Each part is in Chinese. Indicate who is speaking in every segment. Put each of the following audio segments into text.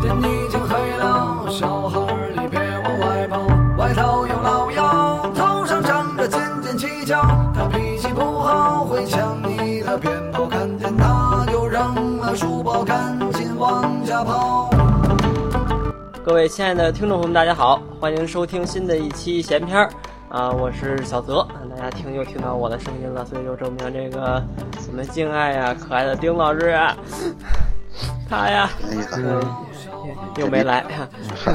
Speaker 1: 天已经黑了，小孩儿你别往外跑，外头有老妖，头上长着尖尖犄角，他脾气不好，会抢你的鞭炮，看见他就扔了书包，赶紧往家跑。
Speaker 2: 各位亲爱的听众朋友们，大家好，欢迎收听新的一期闲篇儿啊、我是小泽，大家听又听到我的声音了，所以就证明这个我们敬爱呀、可爱的丁老师啊， 他呀
Speaker 3: 那个，
Speaker 2: 嗯又没来，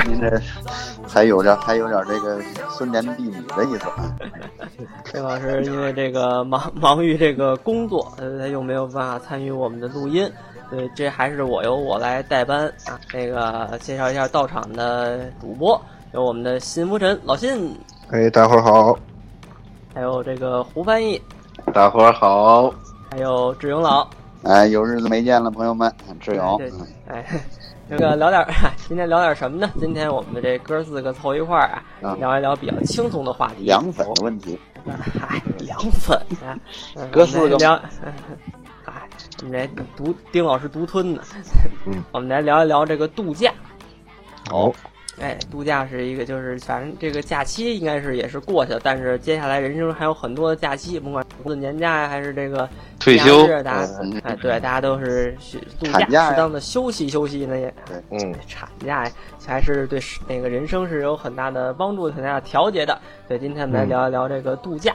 Speaker 3: 您这还有点还有点这个孙连必女的意思啊。
Speaker 2: 丁老师因为这个忙 忙于这个工作，呃，他又没有办法参与我们的录音，所以这还是我由我来代班啊。这个介绍一下到场的主播，有我们的新浮尘老信，
Speaker 4: 哎，大伙儿好，
Speaker 2: 还有这个胡翻译，
Speaker 5: 大伙儿好，
Speaker 2: 还有志勇老。
Speaker 3: 哎，有日子没见了，朋友们，志勇，
Speaker 2: 对
Speaker 3: 嗯，
Speaker 2: 哎， 这个聊点儿， 今天聊点什么呢？今天我们的这哥四个凑一块儿啊，
Speaker 3: 嗯
Speaker 2: 聊一聊比较轻松的话题。
Speaker 3: 凉粉的问题，
Speaker 2: 嗨，凉粉啊，嗯
Speaker 3: 哥四个
Speaker 2: 聊， 嗨，我们这独丁老师独吞呢。
Speaker 4: 嗯，
Speaker 2: 我们来聊一聊这个度假。
Speaker 4: 好，
Speaker 2: 哎，度假是一个，就是反正这个假期应该是也是过去了，但是接下来人生还有很多的假期，甭管是工作年假呀，还是这个
Speaker 5: 退
Speaker 2: 假
Speaker 5: 休
Speaker 2: 日大家
Speaker 3: 嗯
Speaker 2: 哎，对，大家都是去度假，
Speaker 3: 产假呀
Speaker 2: 适当的休息休息呢，也
Speaker 4: 嗯，
Speaker 2: 产假呀还是对是那个人生是有很大的帮助、很大的调节的。所以今天我们来
Speaker 4: 嗯
Speaker 2: 聊一聊这个度假。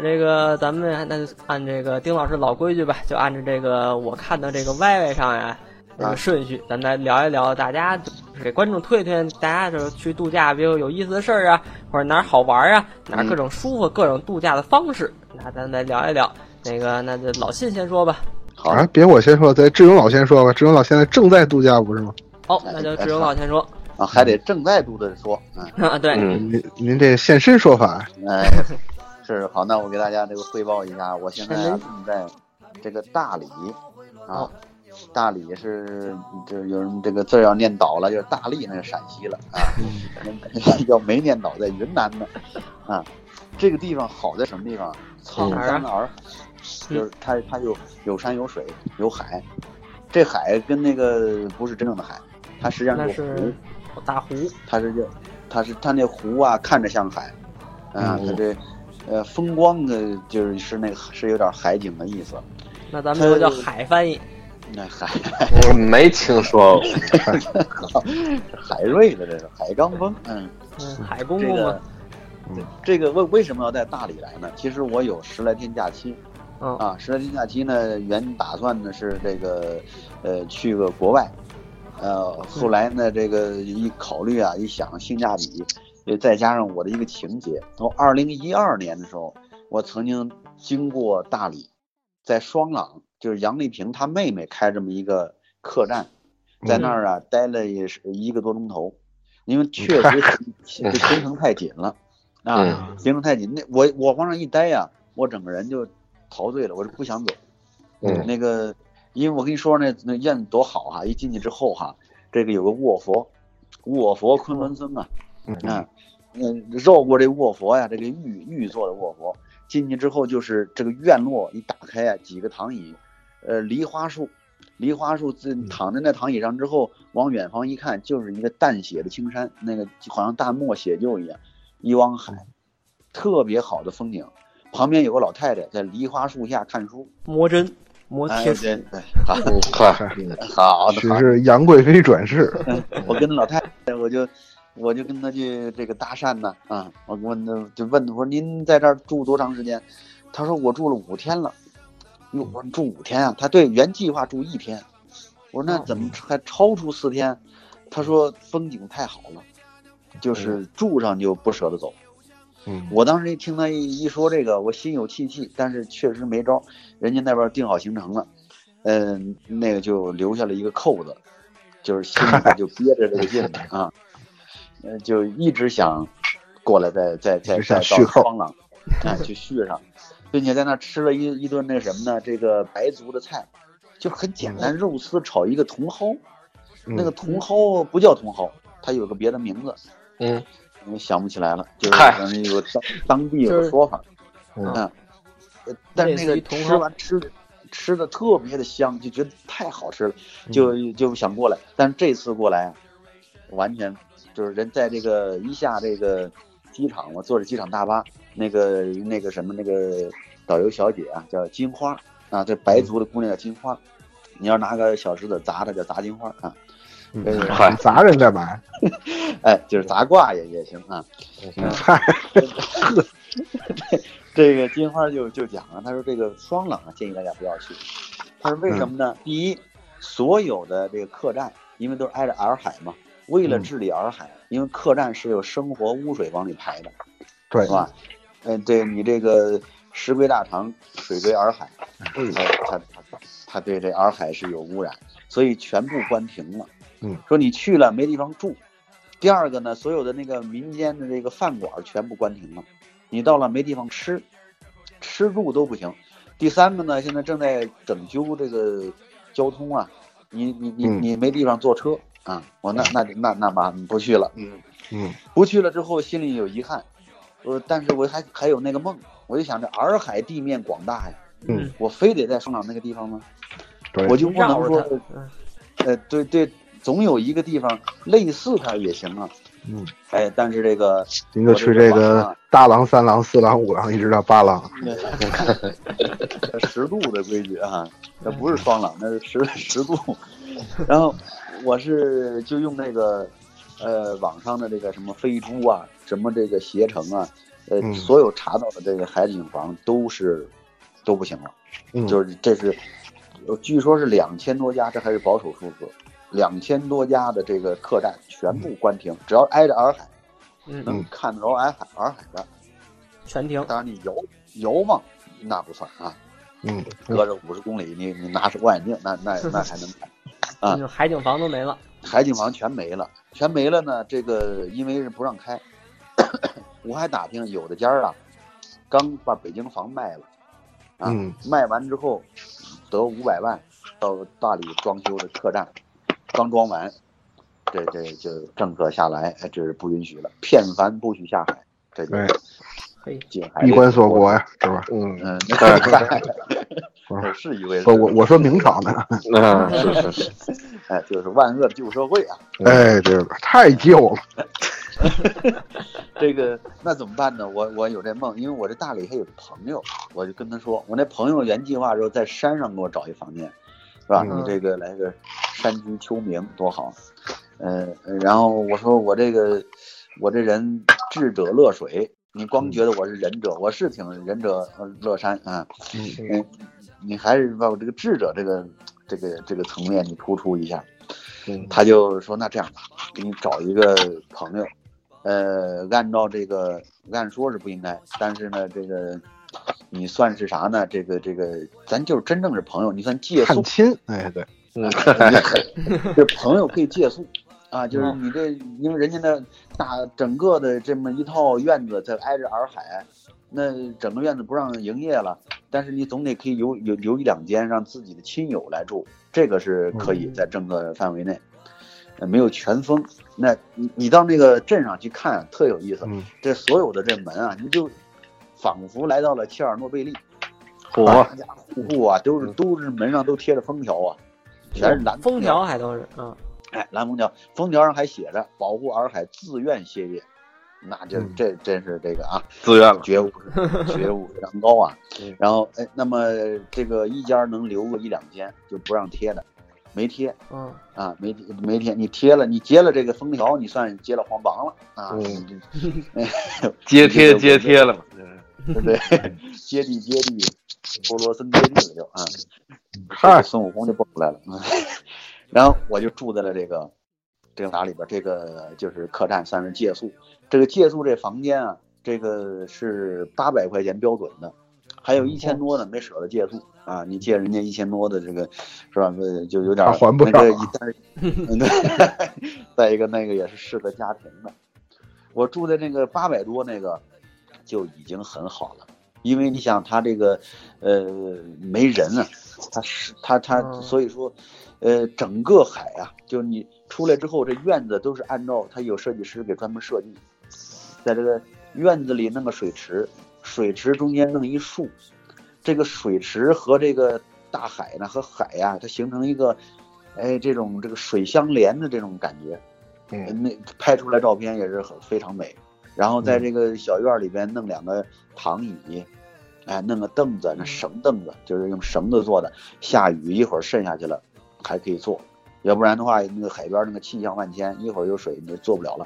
Speaker 2: 这个咱们那就按这个丁老师老规矩吧，就按照这个我看到这个 Y Y 上呀这个顺序，咱们来聊一聊，大家就是给观众推推，大家就是去度假，比如有意思的事儿啊，或者哪儿好玩儿啊，哪儿各种舒服，各种度假的方式，那咱们来聊一聊。那个，那就老信先说吧。
Speaker 3: 好，
Speaker 4: 啊，别我先说，咱志勇老先说吧，志勇老现在正在度假，不是吗？
Speaker 2: 哦，那就志勇老先说。
Speaker 3: 啊，还得正在度的说，嗯，
Speaker 2: 啊，对，
Speaker 5: 嗯，
Speaker 4: 您您这现身说法，
Speaker 3: 哎，是好，那我给大家这个汇报一下，我现在啊正在这个大理啊
Speaker 2: 哦，
Speaker 3: 大理是就是有人这个字儿要念倒了，就是大力，那是陕西了 啊，要没念倒在云南呢啊。这个地方好在什么地方？苍
Speaker 2: 哪儿啊
Speaker 3: 山洱，就是它它有有山有水有海，这海跟那个不是真正的海，它实际上
Speaker 2: 那
Speaker 3: 是个湖
Speaker 2: 是。大湖。
Speaker 3: 它是这，它是它那湖啊，看着像海，啊，它这，呃，风光的就是是那个是有点海景的意思，
Speaker 2: 那咱们就叫海翻译，
Speaker 3: 那海
Speaker 5: 我没听说过，
Speaker 3: 海瑞的这是海刚峰，嗯，
Speaker 2: 嗯，海公
Speaker 3: 这
Speaker 2: 公
Speaker 3: 个
Speaker 2: 嘛，
Speaker 4: 嗯，
Speaker 3: 这个为为什么要在大理来呢？其实我有十来天假期
Speaker 2: 嗯，
Speaker 3: 啊，十来天假期呢，原打算呢是这个，呃，去个国外，呃，后来呢这个一考虑啊，一想性价比，呃，再加上我的一个情节，从二零一二年的时候，我曾经经过大理，在双廊，就是杨丽萍她妹妹开这么一个客栈，在那儿啊待了也是一个多钟头，因为确实行行程太紧了啊，行程太紧，那我我往上一待呀、我整个人就陶醉了，我就不想走。
Speaker 5: 嗯，
Speaker 3: 那个，因为我跟你说那那院子多好哈、一进去之后哈、这个有个卧佛，卧佛昆仑僧啊，
Speaker 4: 嗯
Speaker 3: 嗯，嗯，绕过这卧佛呀，这个玉玉做的卧佛，进去之后就是这个院落一打开啊，几个躺椅，呃，梨花树，梨花树自躺在那躺椅上之后，往远方一看，就是一个淡写的青山，那个好像淡墨写就一样，一汪海，特别好的风景。旁边有个老太太在梨花树下看书，
Speaker 2: 磨针磨
Speaker 3: 哎，
Speaker 2: 铁
Speaker 3: 对
Speaker 2: 杵，
Speaker 3: 对，好
Speaker 5: 快，
Speaker 3: 好
Speaker 4: 只
Speaker 3: 的好
Speaker 4: 是杨贵妃转世，
Speaker 3: 的，我跟老太太，我就我就跟她去这个搭讪呢，啊，我问她就问她，我说您在这儿住多长时间？她说我住了五天了。哟，我说住五天啊？她对原计划住一天，我说那怎么还超出四天？她说风景太好了，就是住上就不舍得走。
Speaker 4: 嗯，
Speaker 3: 我当时一听他一一说这个，我心有戚戚，但是确实没招儿，人家那边定好行程了，嗯、那个就留下了一个扣子，就是心里就憋着这个 劲儿啊，呃，就一直想过来再再再
Speaker 4: 一直
Speaker 3: 再
Speaker 4: 想
Speaker 3: 到
Speaker 4: 续扣
Speaker 3: 双廊，哎，去续上，并且在那吃了一一顿那什么呢？这个白族的菜，就很简单，肉丝炒一个茼蒿，那个茼蒿不叫茼蒿，它有个别的名字，
Speaker 5: 嗯，
Speaker 3: 我想不起来了，就是
Speaker 5: 嗨
Speaker 3: 咱们有当当地有个说法，
Speaker 5: 就是
Speaker 3: 嗯，呃但是那
Speaker 2: 类
Speaker 3: 个
Speaker 2: 似于茼蒿
Speaker 3: 吃完吃的吃的特别的香，就觉得太好吃了，
Speaker 2: 嗯
Speaker 3: 就就想过来，但是这次过来啊，完全就是人在这个一下这个机场，我坐着机场大巴，那个那个什么那个导游小姐啊，叫金花啊，这
Speaker 2: 嗯
Speaker 3: 白族的姑娘叫金花，你要拿个小石子砸她叫砸金花啊，
Speaker 4: 嗯
Speaker 3: 对
Speaker 5: 嗨
Speaker 4: 你砸人干嘛？
Speaker 3: 哎，就是砸挂也也行啊。
Speaker 4: 嗯嗨，
Speaker 3: 这个金花就就讲了，他说这个双冷啊，建议大家不要去。他说为什么呢？第一，所有的这个客栈，因为都是挨着洱海嘛，为了治理洱海，因为客栈是有生活污水往里排的，
Speaker 4: 对
Speaker 3: 是吧？嗯，对你这个石归大唐，水归洱海，
Speaker 4: 嗯
Speaker 3: 他他他他对这洱海是有污染，所以全部关停了。
Speaker 4: 嗯，
Speaker 3: 说你去了没地方住。第二个呢，所有的那个民间的这个饭馆全部关停了，你到了没地方吃，吃住都不行。第三个呢，现在正在整修这个交通啊，你你你
Speaker 4: 嗯
Speaker 3: 你没地方坐车啊，我那那那那妈你不去了，
Speaker 5: 嗯
Speaker 4: 嗯
Speaker 3: 不去了之后心里有遗憾，呃，但是我还还有那个梦，我就想着洱海地面广大呀，
Speaker 4: 嗯，
Speaker 3: 我非得在双廊那个地方吗？
Speaker 4: 对
Speaker 3: 我就不能
Speaker 2: 绕
Speaker 3: 说
Speaker 2: 着它嗯
Speaker 3: 呃，对对，总有一个地方类似它也行啊。
Speaker 4: 嗯，
Speaker 3: 哎，但是这个
Speaker 4: 您就去这个大郎、三郎、四郎、五郎，一直到八郎。
Speaker 3: 呃十度的规矩啊，那不是双廊，那是十十度。然后我是就用那个呃网上的这个什么飞猪啊，什么这个携程啊，呃，
Speaker 4: 嗯
Speaker 3: 所有查到的这个海景房都是都不行了，
Speaker 4: 嗯，
Speaker 3: 就是这是呃据说是两千多家，这还是保守数字，两千多家的这个客栈全部关停，只要挨着洱海。
Speaker 2: 嗯嗯，
Speaker 3: 能看得着洱海洱海的，
Speaker 2: 全停。
Speaker 3: 当然你游游嘛，那不算啊，
Speaker 4: 嗯，
Speaker 3: 隔着五十公里，你你拿着望远镜，那 那那还能看。啊
Speaker 2: 嗯，海景房都没了。
Speaker 3: 海景房全没了，全没了呢。这个因为是不让开， 我还打听有的家儿啊，刚把北京房卖了，啊，
Speaker 4: 嗯
Speaker 3: 卖完之后得五百万到大理装修的客栈，刚装完，这这就政策下来，哎这是不允许了，片帆不许下海，这就
Speaker 4: 对，
Speaker 2: 嘿，
Speaker 3: 进海
Speaker 4: 闭
Speaker 3: 里
Speaker 4: 关锁国呀，是吧？嗯，
Speaker 3: 啊嗯，
Speaker 4: 不
Speaker 3: 那是一回事
Speaker 4: 我。我我说明朝呢，
Speaker 5: 那是是是，
Speaker 3: 哎，就是万恶的旧社会啊。
Speaker 4: 哎，对吧？太旧了，
Speaker 3: 这个那怎么办呢？我我有这梦，因为我这大理还有个朋友，啊我就跟他说，我那朋友原计划时候在山上给我找一房间，是吧？
Speaker 2: 嗯
Speaker 3: 你这个来个山居秋明多好。呃，然后我说我这个我这人智者乐水，你光觉得我是仁者，我是挺仁者乐山啊。
Speaker 4: 嗯
Speaker 3: 嗯，你还是把我这个智者这个这个这个层面你突出一下。
Speaker 4: 嗯
Speaker 3: 他就说那这样吧，给你找一个朋友，呃，按照这个按说是不应该，但是呢，这个你算是啥呢？这个这个，咱就是真正是朋友，你算借
Speaker 4: 探
Speaker 3: 宿，
Speaker 4: 亲，哎，对，
Speaker 3: 这朋友可以借宿。啊，就是你这，因为人家那大整个的这么一套院子，它挨着洱海，那整个院子不让营业了，但是你总得可以留有留一两间让自己的亲友来住，这个是可以
Speaker 2: 嗯
Speaker 3: 在政策范围内，呃没有全封。那你你到那个镇上去看、特有意思，
Speaker 4: 嗯，
Speaker 3: 这所有的这门啊，你就仿佛来到了切尔诺贝利，
Speaker 5: 火
Speaker 3: 大家户户啊都是都是门上都贴着封条啊，全是蓝
Speaker 2: 封条还都是嗯，
Speaker 3: 哎，蓝封条，封条上还写着“保护洱海，自愿歇业”，那这
Speaker 4: 嗯
Speaker 3: 这真是这个啊，
Speaker 5: 自愿了，
Speaker 3: 觉悟是觉悟非常高啊
Speaker 5: 嗯。
Speaker 3: 然后哎，那么这个一家能留个一两间就不让贴的，没贴
Speaker 2: 嗯，
Speaker 3: 啊，没贴没贴，你贴了，你揭了这个封条，你算揭了黄榜了啊，
Speaker 5: 嗯
Speaker 3: 你这
Speaker 5: 接贴接贴了，
Speaker 3: 对不对？ 接地接地，波罗僧接地了就啊。
Speaker 4: 嗯
Speaker 3: 这
Speaker 4: 嗨
Speaker 3: 个，孙悟空就蹦出来了。然后我就住在了这个这个哪里边？这个就是客栈，算是借宿。这个借宿这房间啊，这个是八百块钱标准的，还有一千多的没舍得借宿啊。你借人家一千多的这个是吧？呃就有点
Speaker 4: 他还不上啊
Speaker 3: 那个一 但是嗯对 再一个那个也是适合家庭的。我住的那个八百多那个就已经很好了，因为你想他这个呃没人啊，他是他他
Speaker 2: 嗯
Speaker 3: 所以说，呃，整个海啊，就是你出来之后，这院子都是按照他有设计师给专门设计，在这个院子里弄个水池，水池中间弄一树，这个水池和这个大海呢和海呀、它形成一个，哎，这种这个水相连的这种感觉，
Speaker 4: 嗯，
Speaker 3: 呃那拍出来照片也是很非常美。然后在这个小院里边弄两个躺椅，哎，弄个凳子，那绳凳子就是用绳子做的，下雨一会儿渗下去了还可以坐，要不然的话那个海边那个气象万千，一会儿有水你就坐不了了。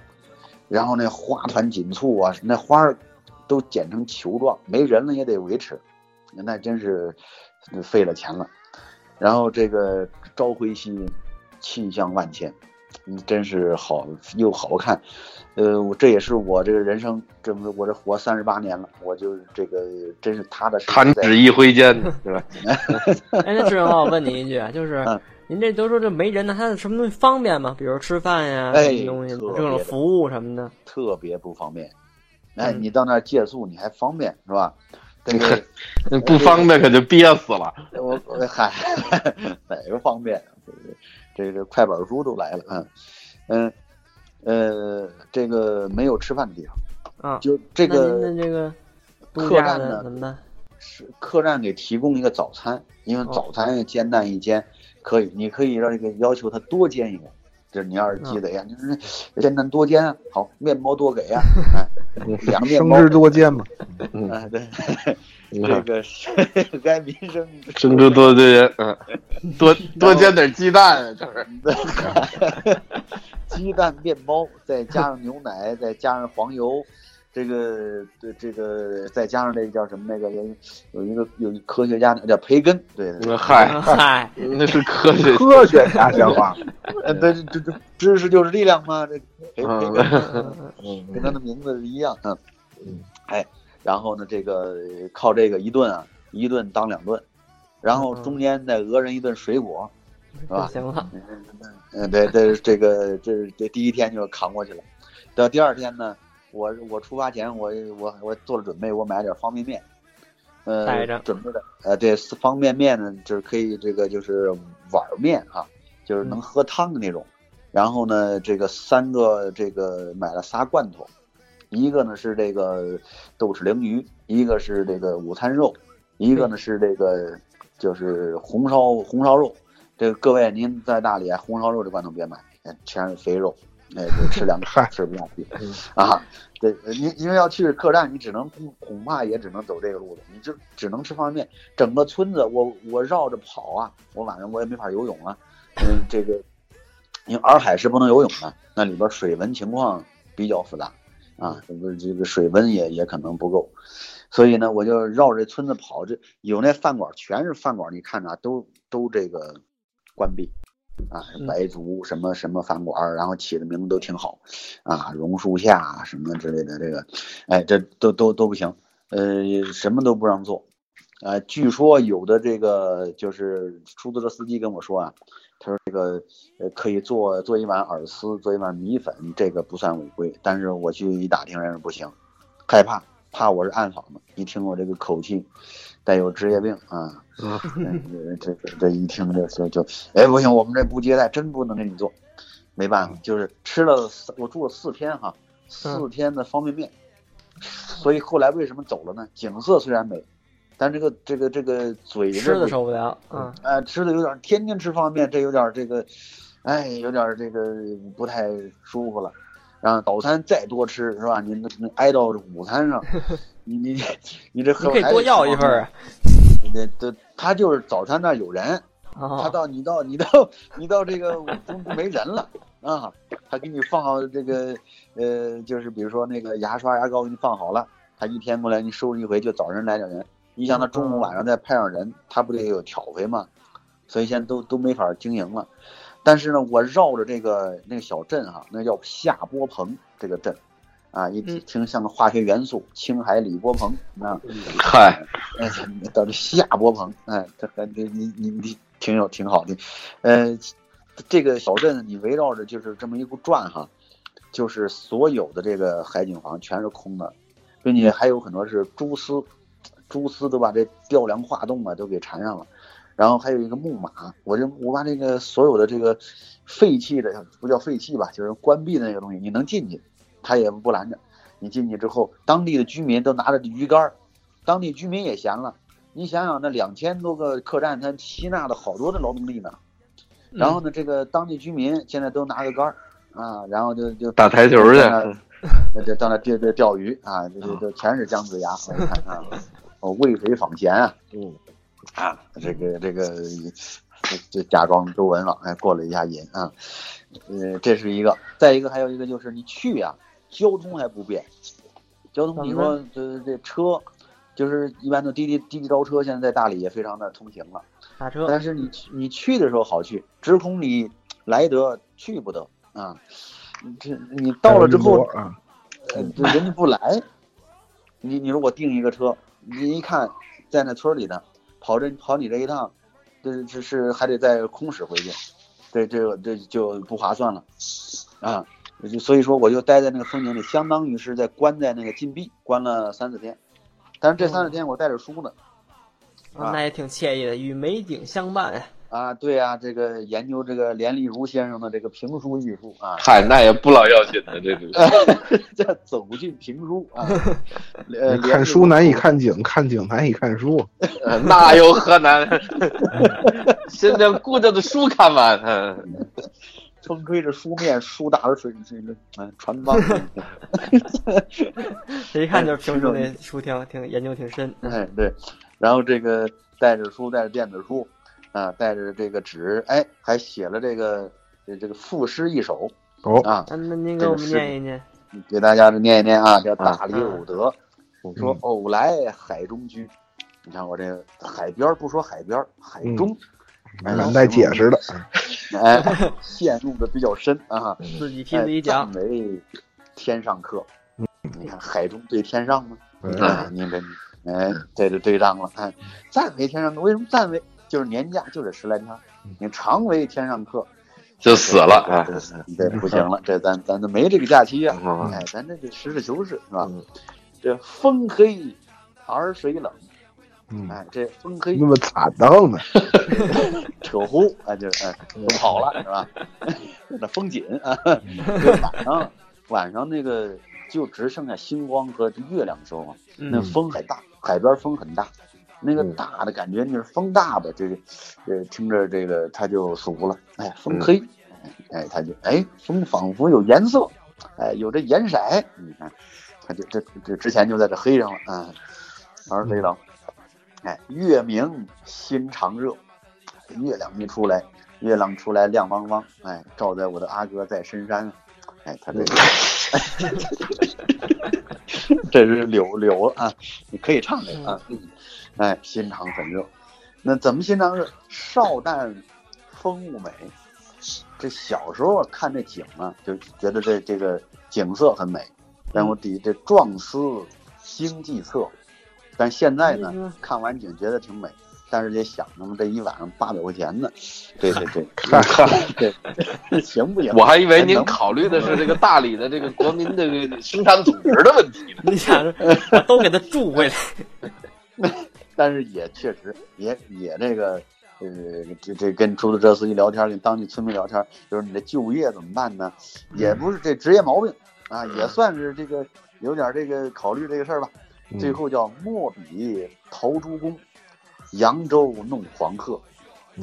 Speaker 3: 然后那花团锦簇啊，那花儿都剪成球状，没人了也得维持，那真是费了钱了。然后这个朝晖夕，气象万千，嗯，真是好又好看。呃，我这也是我这个人生，这不是我这活三十八年了，我就这个真是踏踏实
Speaker 5: 弹
Speaker 3: 实在
Speaker 5: 指一挥间， 是吧？
Speaker 2: 哎，那志荣，我问您一句啊，就是
Speaker 3: 嗯
Speaker 2: 您这都说这没人呢，他什么东西方便吗？比如吃饭呀，
Speaker 3: 哎
Speaker 2: 什么东西，
Speaker 3: 特别的
Speaker 2: 这种服务什么的，
Speaker 3: 特别不方便。哎，
Speaker 2: 嗯
Speaker 3: 你到那儿借宿你还方便是吧？这个
Speaker 5: 不方便可就憋死了。
Speaker 3: 我我嗨，哪个方便啊？这个这个快板书都来了，嗯嗯呃，这个没有吃饭的地方，
Speaker 2: 啊，
Speaker 3: 就这
Speaker 2: 那您
Speaker 3: 个
Speaker 2: 的这个度
Speaker 3: 客
Speaker 2: 假
Speaker 3: 栈
Speaker 2: 的
Speaker 3: 呢
Speaker 2: 怎么的？
Speaker 3: 是客栈给提供一个早餐，因为
Speaker 2: 哦
Speaker 3: 早餐煎蛋一煎可以，你可以让这个要求他多煎一个。就是你要是
Speaker 2: 嗯
Speaker 3: 记得呀，你说那煎蛋多煎啊，好，面包多给 呀，哎，两个面
Speaker 4: 生
Speaker 3: 包，
Speaker 4: 之多见 嘛，
Speaker 3: 啊，对，这
Speaker 5: 嗯
Speaker 3: 个是 该民生
Speaker 5: 生之多煎，嗯， 多多煎点鸡蛋啊，就是。
Speaker 3: 鸡蛋面包，再加上牛奶，再加上黄油，这个对这个再加上那个叫什么那个有有一个有一个科学家叫培根，对对对
Speaker 5: 嗯嗨，
Speaker 2: 嗨，
Speaker 5: 那是科 学。
Speaker 4: 科学家讲话，
Speaker 3: 呃，对这这这知识就是力量嘛，这培培根
Speaker 2: 嗯
Speaker 3: 跟他的名字一样，嗯，哎，然后呢，这个靠这个一顿啊，一顿当两顿，然后中间再讹人一顿水果，是吧
Speaker 2: 就？行了，
Speaker 3: 嗯，对对，这个这这第一天就扛过去了，到第二天呢，我我出发前我我我做了准备，我买了点方便面，呃，
Speaker 2: 带着
Speaker 3: 准备的，呃，对，四方便面呢就是可以这个就是碗儿面哈、就是
Speaker 2: 嗯
Speaker 3: 能喝汤的那种，然后呢，这个三个这个买了仨罐头，一个呢是这个豆豉鲮鱼，一个是这个午餐肉，一个呢是这个就是红烧红烧肉。这个各位您在大理啊，红烧肉这罐头别买，哎全是肥肉，哎，就吃两口
Speaker 4: 嗨
Speaker 3: 吃不下去啊。对，呃您因为要去客栈，你只能恐恐怕也只能走这个路子，你就只能吃方便面。整个村子我我绕着跑啊，我晚上我也没法游泳啊，嗯，这个因为洱海是不能游泳的，那里边水文情况比较复杂啊，这个这个水温也也可能不够，所以呢，我就绕着村子跑，这有那饭馆全是饭馆，你看着啊都都这个关闭。啊，
Speaker 2: 嗯
Speaker 3: 白族什么什么饭馆，然后起的名字都挺好，啊，榕树下啊什么之类的，这个，哎，这都都都不行，呃，什么都不让做，呃，据说有的这个就是出租车司机跟我说啊，他说这个呃可以做做一碗饵丝，做一碗米粉，这个不算违规。但是我去一打听，人家不行，害怕，怕我是暗访的，一听我这个口气，带有职业病啊，嗯这这这一听这就就，哎不行，我们这不接待，真不能给你做，没办法，就是吃了四我住了四天哈，
Speaker 2: 嗯
Speaker 3: 四天的方便面，所以后来为什么走了呢？景色虽然美。但这个这个这个嘴这
Speaker 2: 吃
Speaker 3: 不
Speaker 2: 的受不了，嗯，
Speaker 3: 呃，吃的有点儿，天天吃方便面，这有点儿这个，哎，有点儿这个不太舒服了。然后早餐再多吃是吧？你你你挨到午 餐上，你你你这
Speaker 2: 你
Speaker 3: 可
Speaker 2: 可以多要一份儿。
Speaker 3: 那这他就是早餐那儿有人，
Speaker 2: 啊，
Speaker 3: 他
Speaker 2: 哦，
Speaker 3: 到你到你到你到这个中途没人了啊，他给你放好这个呃，就是比如说那个牙刷牙膏给你放好了，他一天过来你收拾一回，就早晨来点人，你想他中午晚上再派上人，他不得有挑肥吗？所以现在都都没法经营了。但是呢，我绕着这个那个小镇哈、那叫下波棚这个镇，啊，一
Speaker 2: 嗯
Speaker 3: 听像个化学元素，青海李波鹏啊，
Speaker 5: 嗨，
Speaker 3: 哎，到这夏伯鹏，哎，这还你你你你挺有挺好的，呃，这个小镇你围绕着就是这么一个转哈，就是所有的这个海景房全是空的，并且还有很多是蛛丝，蛛丝都把这雕梁画栋啊都给缠上了，然后还有一个木马，我就我把这个所有的这个废弃的不叫废弃吧，就是关闭的那个东西，你能进去，他也不拦着。你进去之后，当地的居民都拿着鱼竿儿，当地居民也闲了。你想想，那两千多个客栈，它吸纳了好多的劳动力呢。然后呢，这个当地居民现在都拿着竿儿啊，然后就就
Speaker 5: 打台球 去，嗯
Speaker 3: 那就到那钓钓钓鱼啊，这这这全是姜子牙，我一看啊，我为谁访贤啊？
Speaker 4: 嗯，
Speaker 3: 啊，这个这个，这这假装周文王，哎，过了一下瘾啊，呃，这是一个，再一个还有一个就是你去呀、交通还不便，交通你说这这车，就是一般的滴滴滴滴招车，现在在大理也非常的通行了。
Speaker 2: 打车
Speaker 3: 但是你去你去的时候好去，直通你来得去不得啊。这你到了之后，
Speaker 4: 啊，
Speaker 3: 呃这人家不来，你你如果订一个车，你一看在那村里呢，跑这跑你这一趟，这这是还得再空使回去，这这这就不划算了啊。就所以说，我就待在那个风景里，相当于是在关在那个禁闭，关了三四天。但是这三四天我带着书呢，
Speaker 2: 啊那也挺惬意的，与美景相伴呀。
Speaker 3: 啊，对啊，这个研究这个连丽如先生的这个评书艺术啊，
Speaker 5: 嗨，那也不老要紧的，这个
Speaker 3: 叫走进评书啊，呃，
Speaker 4: 你看
Speaker 3: 连
Speaker 4: 书
Speaker 3: 丽
Speaker 4: 难以看景，看景难以看书。
Speaker 5: 呃那又何 难？现在顾着的书看完，嗯
Speaker 3: 如风吹着书面，书打着水这个嗯船帮，
Speaker 2: 这一看就是平时那书挺挺研究挺深。
Speaker 3: 哎对，然后这个带着书，带着电子书，啊，带着这个纸，哎，还写了这个呃这这个赋诗一首
Speaker 4: 哦，
Speaker 3: 啊，
Speaker 2: 那那您给
Speaker 3: 这个
Speaker 2: 我们
Speaker 3: 是
Speaker 2: 念一念，
Speaker 3: 给大家念一念啊，叫大理偶得，说偶来海中居。你看我这海边儿不说海边儿，海中，哎
Speaker 4: 蛮带解释的。
Speaker 3: 哎，陷入的比较深啊。
Speaker 2: 自己替自己
Speaker 3: 哎
Speaker 2: 讲。
Speaker 3: 赞为天上客。你看海中对天上吗？
Speaker 4: 嗯
Speaker 3: 哎，你这，哎，这就对上了。哎，赞为天上客，为什么赞为？就是年假就这十来天儿，你常为天上客，
Speaker 5: 就死了啊！
Speaker 3: 这不行了，这咱咱都没这个假期呀、
Speaker 5: 嗯
Speaker 3: 哎，咱这得实事求是是吧
Speaker 4: 嗯？
Speaker 3: 这风黑而水冷，
Speaker 4: 嗯，
Speaker 3: 哎，这风黑
Speaker 4: 那么惨的慌呢？
Speaker 3: 扯呼，啊，就是哎，就跑了是吧？ 那风紧啊，就晚上晚上那个就只剩下星光和月亮的时候啊，那
Speaker 2: 嗯，
Speaker 3: 风很大，海边风很大，那个
Speaker 4: 嗯
Speaker 3: 大的感觉就是风大吧，这个呃听着这个他就熟了，哎，风黑，哎，他就哎风仿佛有颜色，哎，有这颜色，你看，他就这这这之前就在这黑上了啊，而黑了，哎，月明心常热，月亮一出来，月亮出来亮汪汪，哎，照在我的阿哥在深山，哎，他这个。 这是柳柳啊，你可以唱这个啊，嗯，哎，心肠很热。那怎么心肠热？少旦风物美。这小时候看这景啊，就觉得这这个景色很美，然后底这壮思兴济策。但现在呢，
Speaker 2: 嗯
Speaker 3: 看完景觉得挺美，但是也想，那么这一晚上八百块钱呢，对对对，对， 这行不行？
Speaker 5: 我还以为您
Speaker 3: 能
Speaker 5: 考虑的是这个大理的这个国民这个生产总值的问题 呢。
Speaker 2: 你想着把都给他住回来，
Speaker 3: 但是也确实也也这个呃，这这跟出租车司机聊天，跟当地村民聊天，就是你的就业怎么办呢？
Speaker 5: 嗯
Speaker 3: 也不是这职业毛病啊，也算是这个有点这个考虑这个事儿吧。
Speaker 5: 嗯
Speaker 3: 最
Speaker 4: 嗯
Speaker 3: 后叫莫比陶朱公，扬州弄黄鹤。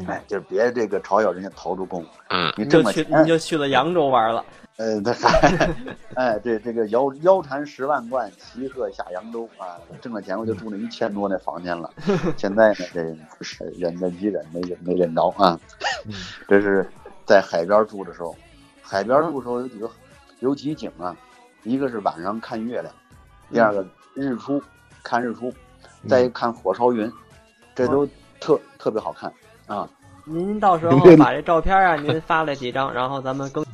Speaker 3: 哎，就是别这个嘲笑人家陶朱公，
Speaker 5: 嗯，
Speaker 3: 你
Speaker 2: 你
Speaker 3: 哎
Speaker 2: 就
Speaker 3: 挣了
Speaker 2: 去
Speaker 3: 钱，
Speaker 2: 你就去了扬州玩了。
Speaker 3: 呃，他还， 哎，对，这个腰腰缠十万贯，骑鹤下扬州啊！挣了钱我就住那一千多那房间了， 现在呢，这忍着一忍没忍没忍着啊！
Speaker 2: 嗯
Speaker 3: 这是在海边住的时候，海边住的时候有几个有几景啊，一个是晚上看月亮，第二个日出看日出，
Speaker 2: 嗯
Speaker 3: 再一个看火烧云，这都特特别好看啊！
Speaker 2: 您到时候把这照片啊，您发来几张，然后咱们更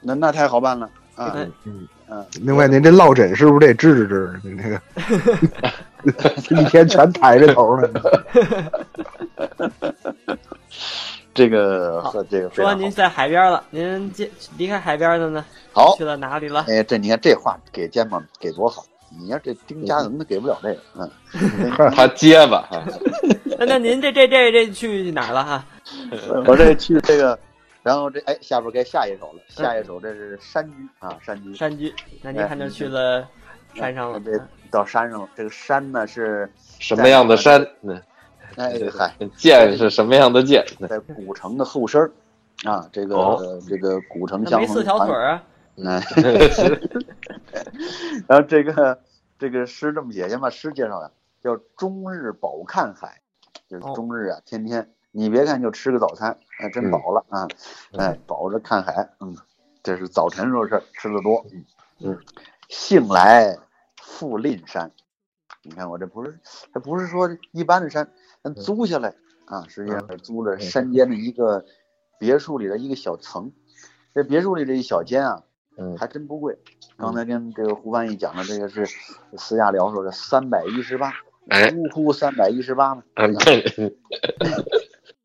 Speaker 3: 那那太好办了啊！
Speaker 2: 哎
Speaker 3: 嗯，
Speaker 4: 另外，您这落枕是不是得治治治？您这 个一天全抬着头呢。
Speaker 3: 这个
Speaker 2: 好
Speaker 3: 和这个非
Speaker 2: 说
Speaker 3: 常
Speaker 2: 完
Speaker 3: 好
Speaker 2: 您在海边了，您接离开海边了呢？
Speaker 3: 好
Speaker 2: 去。了哪里了？
Speaker 3: 哎，这你看这话给肩膀嗯 给多好！你要这丁家怎么给不了这个？嗯，
Speaker 5: 他结巴，
Speaker 2: 那那您这这这这去哪儿了哈？
Speaker 3: 我这去这个，然后这哎，下边该下一首了，下一首这是山居啊，山居。
Speaker 2: 山居，那
Speaker 3: 哎
Speaker 2: 您
Speaker 3: 嗯
Speaker 2: 看就去了山上了。啊
Speaker 3: 这到山上了，这个山呢是
Speaker 5: 什么样的山？嗯
Speaker 3: 哎嗨，
Speaker 5: 剑是什么样的剑？
Speaker 3: 在古城的后身儿啊，这个、
Speaker 5: 哦
Speaker 3: 这个古城
Speaker 2: 那
Speaker 3: 相
Speaker 2: 没
Speaker 3: 逢
Speaker 2: 四条腿儿啊，
Speaker 3: 嗯，然后这个这个诗这么写，先把诗介绍了，叫中日饱看海，就是
Speaker 2: 哦
Speaker 3: 中日啊，天天你别看就吃个早餐，哎，真饱了啊，哎，饱着看海，嗯，这是早晨时候事儿，吃的多，嗯
Speaker 5: 嗯，
Speaker 3: 兴来富临山，你看我这不是，这不是说一般的山，咱租下来啊，实际上是租了山间的一个别墅里的一个小层，这别墅里这一小间啊，
Speaker 5: 嗯
Speaker 3: 还真不贵。刚才跟这个胡翻译讲的这个是私下聊说的三百一十八，
Speaker 5: 哎
Speaker 3: 呜呼，三百一十八嘛，
Speaker 5: 嗯，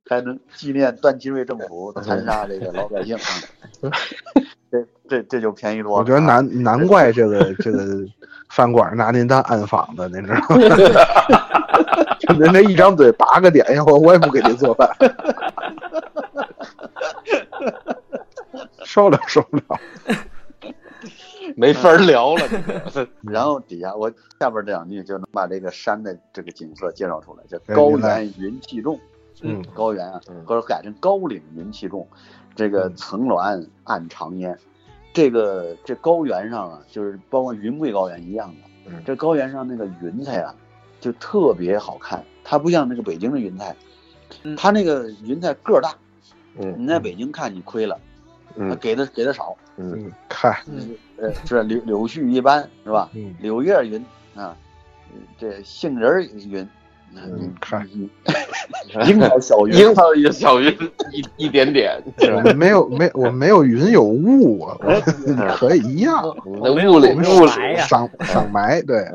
Speaker 3: 还能纪念段祺瑞政府残杀这个老百姓啊， 这这这就便宜多了啊。
Speaker 4: 我觉得难难怪这个这个饭馆拿您当暗访的，您知道吗？ 就您这一张嘴八个点，要我我也不给您做饭，受不了受不了。
Speaker 5: 没法聊了。
Speaker 3: 然后底下我下边这两句就能把这个山的这个景色介绍出来，叫
Speaker 4: 哎
Speaker 3: 高
Speaker 4: 明白
Speaker 3: 原云气重。
Speaker 4: 嗯，
Speaker 3: 高原啊
Speaker 5: 嗯，
Speaker 3: 或者改成高岭云气重，这个层峦暗长烟。这个这高原上啊，就是包括云贵高原一样的
Speaker 5: 嗯，
Speaker 3: 这高原上那个云彩啊，就特别好看。它不像那个北京的云彩
Speaker 2: 嗯，
Speaker 3: 它那个云彩个儿大，
Speaker 5: 嗯
Speaker 3: 你在北京看你亏了，
Speaker 5: 嗯
Speaker 3: 给的给的少，
Speaker 5: 嗯，
Speaker 4: 嗯，看，
Speaker 2: 嗯
Speaker 3: 呃，是吧柳柳絮一般是吧？
Speaker 4: 嗯，
Speaker 3: 柳叶儿云啊，这杏仁儿云，
Speaker 4: 嗯看
Speaker 3: 你， 樱桃小云，
Speaker 5: 樱桃也小于一一点点，是
Speaker 4: 我
Speaker 5: 吧？
Speaker 4: 们没有没我没有云有雾啊， 我
Speaker 5: 嗯
Speaker 4: 可以一样。
Speaker 5: 那雾里
Speaker 4: 我们
Speaker 5: 雾
Speaker 2: 雾霾
Speaker 5: 里
Speaker 2: 呀
Speaker 4: 赏赏霾，对，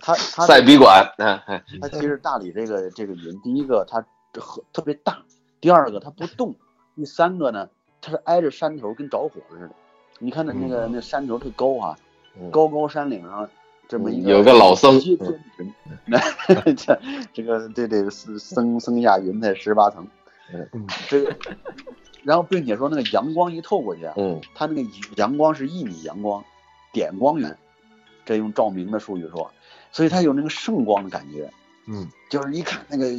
Speaker 3: 它它
Speaker 5: 塞笔管，哎
Speaker 3: 它其实大理这个这个云，第一个它和特别大，第二个它不动，第三个呢，它是挨着山头跟着火似的。你看那那个、那山头特高啊，
Speaker 5: 嗯
Speaker 3: 高高山岭上这么一个、
Speaker 5: 有个老僧嗯
Speaker 3: 接天云，那 这这个这这僧僧下云彩十八层
Speaker 4: 嗯，
Speaker 3: 这个，然后并且说那个阳光一透过去啊，
Speaker 5: 嗯
Speaker 3: 它那个阳光是一米阳光，点光源，这用照明的术语说，所以它有那个圣光的感觉。
Speaker 4: 嗯，
Speaker 3: 就是一看那个，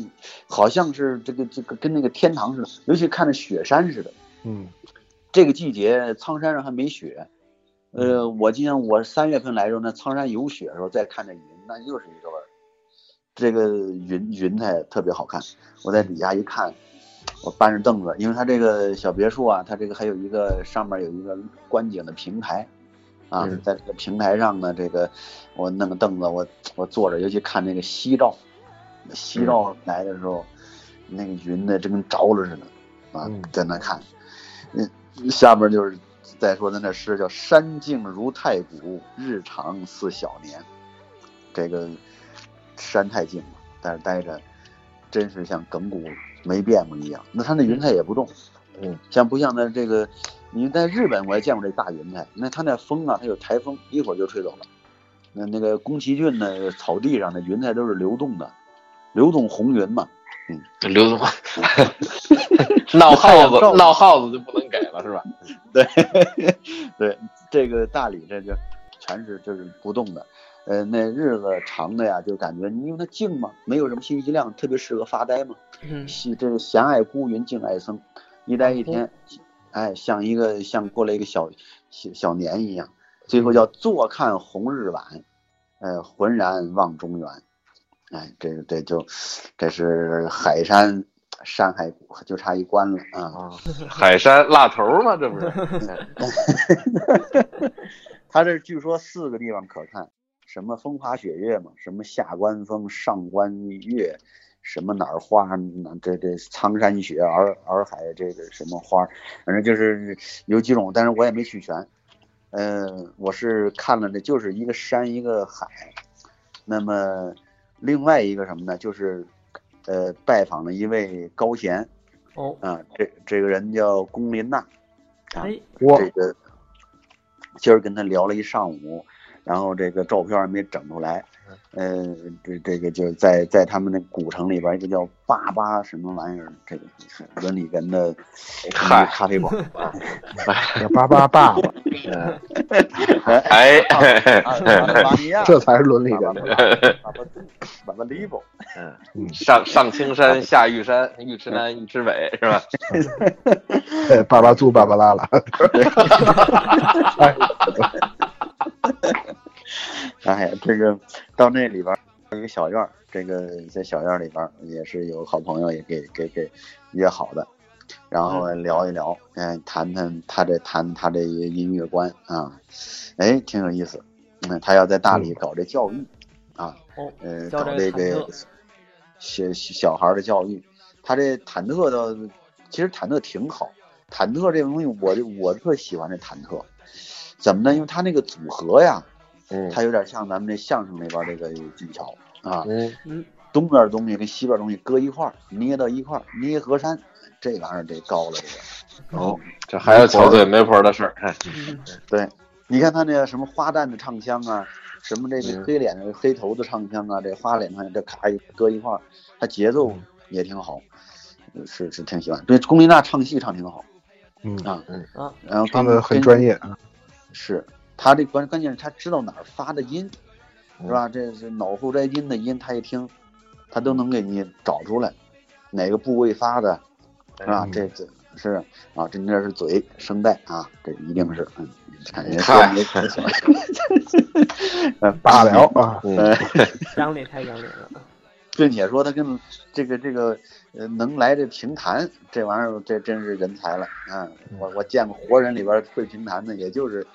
Speaker 3: 好像是这个这个跟那个天堂似的，尤其看着雪山似的。
Speaker 4: 嗯
Speaker 3: 这个季节苍山上还没雪，呃，我今年我三月份来的时候，那苍山有雪的时候再看这云，那又是一个味儿。这个云云彩特别好看，我在底下一看，我搬着凳子，因为它这个小别墅啊，它这个还有一个上面有一个观景的平台，啊，
Speaker 5: 嗯
Speaker 3: 在这个平台上呢，这个我弄个凳子，我我坐着，尤其看那个夕照，夕照来的时候，那个云呢，真跟着了似的，啊
Speaker 4: 嗯，
Speaker 3: 在那看，嗯，下边就是再说咱这诗叫“山静如太谷，日长似小年”，这个山太静了，但是待着真是像亘古没变过一样。那它那云彩也不动，
Speaker 5: 嗯，
Speaker 3: 像不像那这个？你在日本我也见过这大云彩，那它那风啊，它有台风，一会儿就吹走了。那那个宫崎骏的草地上的云彩都是流动的，流动红云嘛，
Speaker 5: 刘总，闹耗子闹耗子就不能给了，是吧？
Speaker 3: 对，对，这个大理这就全是就是不动的，呃，那日子长的呀，就感觉因为它静嘛，没有什么信息量，特别适合发呆嘛。
Speaker 2: 嗯，
Speaker 3: 是这个闲爱孤云静爱僧，一待一天，哎，像一个像过了一个小小小年一样。最后叫坐看红日晚，呃，浑然望中原。哎，这这就这是海山山海谷，就差一关了啊。
Speaker 5: 啊，海山蜡头嘛，这不是？
Speaker 3: 它这据说四个地方可看，什么风花雪月嘛，什么下关风、上关月，什么哪儿花，哪这这苍山雪、洱洱海这个什么花，反正就是有几种，但是我也没去全。呃，我是看了，这就是一个山一个海，那么另外一个什么呢？就是呃，拜访了一位高贤
Speaker 2: 哦，
Speaker 3: 啊，这这个人叫龚琳娜，
Speaker 2: 哎，
Speaker 4: 我
Speaker 3: 这个今儿跟他聊了一上午，然后这个照片儿没整出来，呃，
Speaker 4: 嗯
Speaker 3: 这这个就在在他们那古城里边儿一个叫巴巴什么玩意儿，这个是伦理根的
Speaker 5: 嗨
Speaker 3: 咖啡馆，
Speaker 4: 巴巴 爸爸，
Speaker 5: 哎，
Speaker 3: 巴尼亚，
Speaker 4: 这才是伦理
Speaker 3: 巴
Speaker 4: 人。
Speaker 3: 巴巴巴巴巴利博，
Speaker 5: 上上青山下玉山，尉迟南尉迟北是吧？
Speaker 4: 哎巴巴猪巴巴拉拉，
Speaker 3: 哎呀，这个到那里边儿有一个小院儿，这个在小院儿里边儿也是有好朋友也给给给约好的，然后聊一聊，嗯，谈谈他这谈他这个音乐观啊，哎，挺有意思。嗯，他要在大理搞这教育，啊，
Speaker 2: 哦，
Speaker 3: 呃，
Speaker 2: 教
Speaker 3: 搞
Speaker 2: 这
Speaker 3: 这
Speaker 2: 忐
Speaker 3: 个
Speaker 2: 忑
Speaker 3: 小小孩儿的教育，他这忐忑倒其实忐忑挺好，忐忑这个东西我就我特喜欢这忐忑，怎么呢？因为他那个组合呀，
Speaker 5: 嗯
Speaker 3: 它有点像咱们这相声里边这个技巧啊，
Speaker 5: 嗯
Speaker 3: 东边东西跟西边东西搁一块儿，捏到一块儿，捏河山，这玩意儿得高了。这个，
Speaker 5: 哦，这还是憔悴媒婆的事儿。哎
Speaker 3: 你看他那什么花旦的唱腔啊，什么这个
Speaker 5: 嗯
Speaker 3: 黑脸的、黑头的唱腔啊，这花脸唱腔，这咔一搁一块儿，他节奏也挺好，呃是是挺喜欢。对，龚琳娜唱戏唱挺好，
Speaker 4: 嗯
Speaker 3: 啊
Speaker 5: 嗯
Speaker 2: 啊，
Speaker 3: 然后
Speaker 4: 唱
Speaker 3: 跟
Speaker 4: 的很专，业啊，
Speaker 3: 跟是他这关关键是他知道哪儿发的音，
Speaker 5: 嗯
Speaker 3: 是吧？这是脑后摘金的音，他一听，他都能给你找出来，哪个部位发的，是吧？
Speaker 4: 嗯
Speaker 3: 这这是啊，这那是嘴声带啊，这一定是，嗯，感觉
Speaker 5: 嗨 嗯
Speaker 3: 呃
Speaker 4: 大聊啊，
Speaker 3: 呃，
Speaker 2: 讲理太讲理了，
Speaker 3: 并且说他跟这个这个呃能来这评弹这玩意儿，这真是人才了啊！
Speaker 5: 嗯
Speaker 3: 我我见过活人里边会评弹的，也就是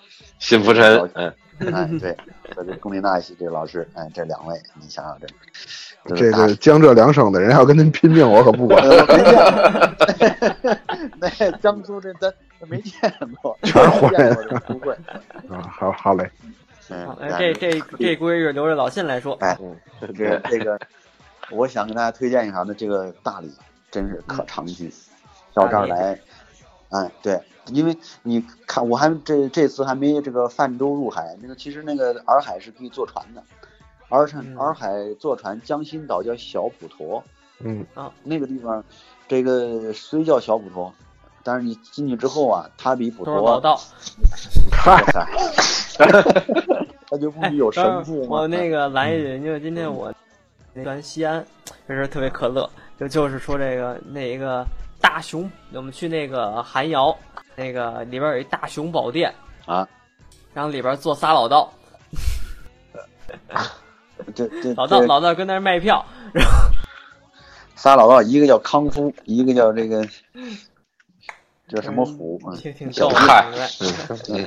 Speaker 5: 辛福臣，嗯，
Speaker 3: 哎对，和这龚琳娜系这老师，哎这两位，你想想这这
Speaker 4: 这
Speaker 3: 是大
Speaker 4: 个江浙两省的人要跟您拼命，我可不 管，
Speaker 3: 呃，没呃见，那江苏这咱没见过，全
Speaker 4: 是坏人
Speaker 3: 不会。
Speaker 4: 啊，好好嘞，
Speaker 3: 嗯
Speaker 2: 好，哎这这这规矩留着老信来说，
Speaker 3: 哎这个这个，我想跟大家推荐一下呢，这个大理真是可长居，到这儿来，哎，对，因为你看，我还这这次还没这个泛舟入海，那个其实那个洱海是可以坐船的，洱山
Speaker 2: 嗯
Speaker 3: 洱海坐船，江心岛叫小普陀，
Speaker 4: 嗯，
Speaker 3: 那个地方，这个虽叫小普陀，但是你进去之后啊，它比普
Speaker 2: 都是老
Speaker 3: 陀
Speaker 2: 道。
Speaker 3: 嗨，那就不比有
Speaker 2: 当
Speaker 3: 神
Speaker 2: 然哎
Speaker 3: 父吗？嗯
Speaker 2: 我那个来一句，因为今天我那个西安，这事儿特别可乐，就就是说这个那一个大雄，我们去那个韩窑，那个里边有一大雄宝殿
Speaker 3: 啊，
Speaker 2: 然后里边坐仨老道，
Speaker 3: 这这
Speaker 2: 老道
Speaker 3: 这
Speaker 2: 老道跟那儿卖票，
Speaker 3: 仨老道，一个叫康夫，一个叫这 个叫什么虎啊？
Speaker 2: 挺挺
Speaker 3: 小
Speaker 2: 逗的。
Speaker 5: 嗨
Speaker 2: 感觉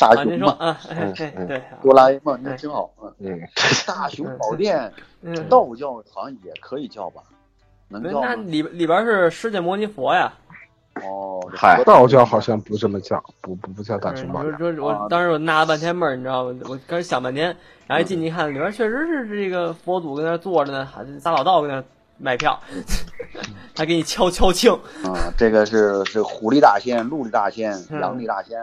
Speaker 3: 大
Speaker 2: 啊，您
Speaker 3: 雄
Speaker 2: 说哎
Speaker 3: 嘛，
Speaker 2: 啊，哎哎
Speaker 5: 嗯
Speaker 2: 对，
Speaker 3: 哆啦 A 梦，那挺好。嗯，
Speaker 5: 嗯，
Speaker 3: 大雄宝殿，
Speaker 2: 嗯，
Speaker 3: 道教好像也可以叫吧？能叫
Speaker 2: 那
Speaker 3: 吗？
Speaker 2: 里里边是世界摩尼佛呀，
Speaker 3: 哦，这
Speaker 5: 嗨
Speaker 4: 道教好像不这么叫，不不不叫大
Speaker 2: 嗯
Speaker 4: 熊
Speaker 2: 你
Speaker 4: 猫
Speaker 2: 说，说
Speaker 3: 啊
Speaker 2: 我当时我纳了半天闷儿，你知道吗？我刚想半天，然后一进去一看，里边确实是这个佛祖跟那儿坐着呢，还仨老道跟那儿卖票， 还给你敲敲磬。
Speaker 3: 啊，这个是是虎力大仙、鹿力大仙、羊力大仙，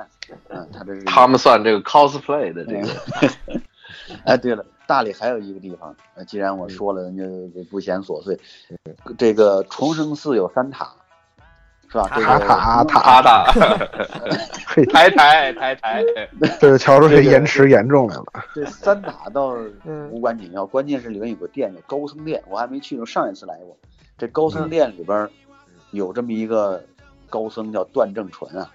Speaker 3: 嗯，他这是
Speaker 5: 他们算这个 cosplay 的这个，
Speaker 3: 哎，对了，大理还有一个地方，呃既然我说了，人家不嫌琐碎。这个重生寺有三塔，是吧？这
Speaker 4: 塔
Speaker 3: 个
Speaker 4: 塔塔，
Speaker 5: 他的
Speaker 4: 嘿，
Speaker 5: 抬抬抬抬，
Speaker 4: 这就瞧出这延迟严重来了，
Speaker 3: 这三塔 倒
Speaker 2: 嗯
Speaker 3: 无关紧要，关键是里面有个殿叫高僧殿，我还没去呢，上一次来过。这高
Speaker 4: 嗯
Speaker 3: 僧殿里边儿有这么一个高僧叫段正淳啊，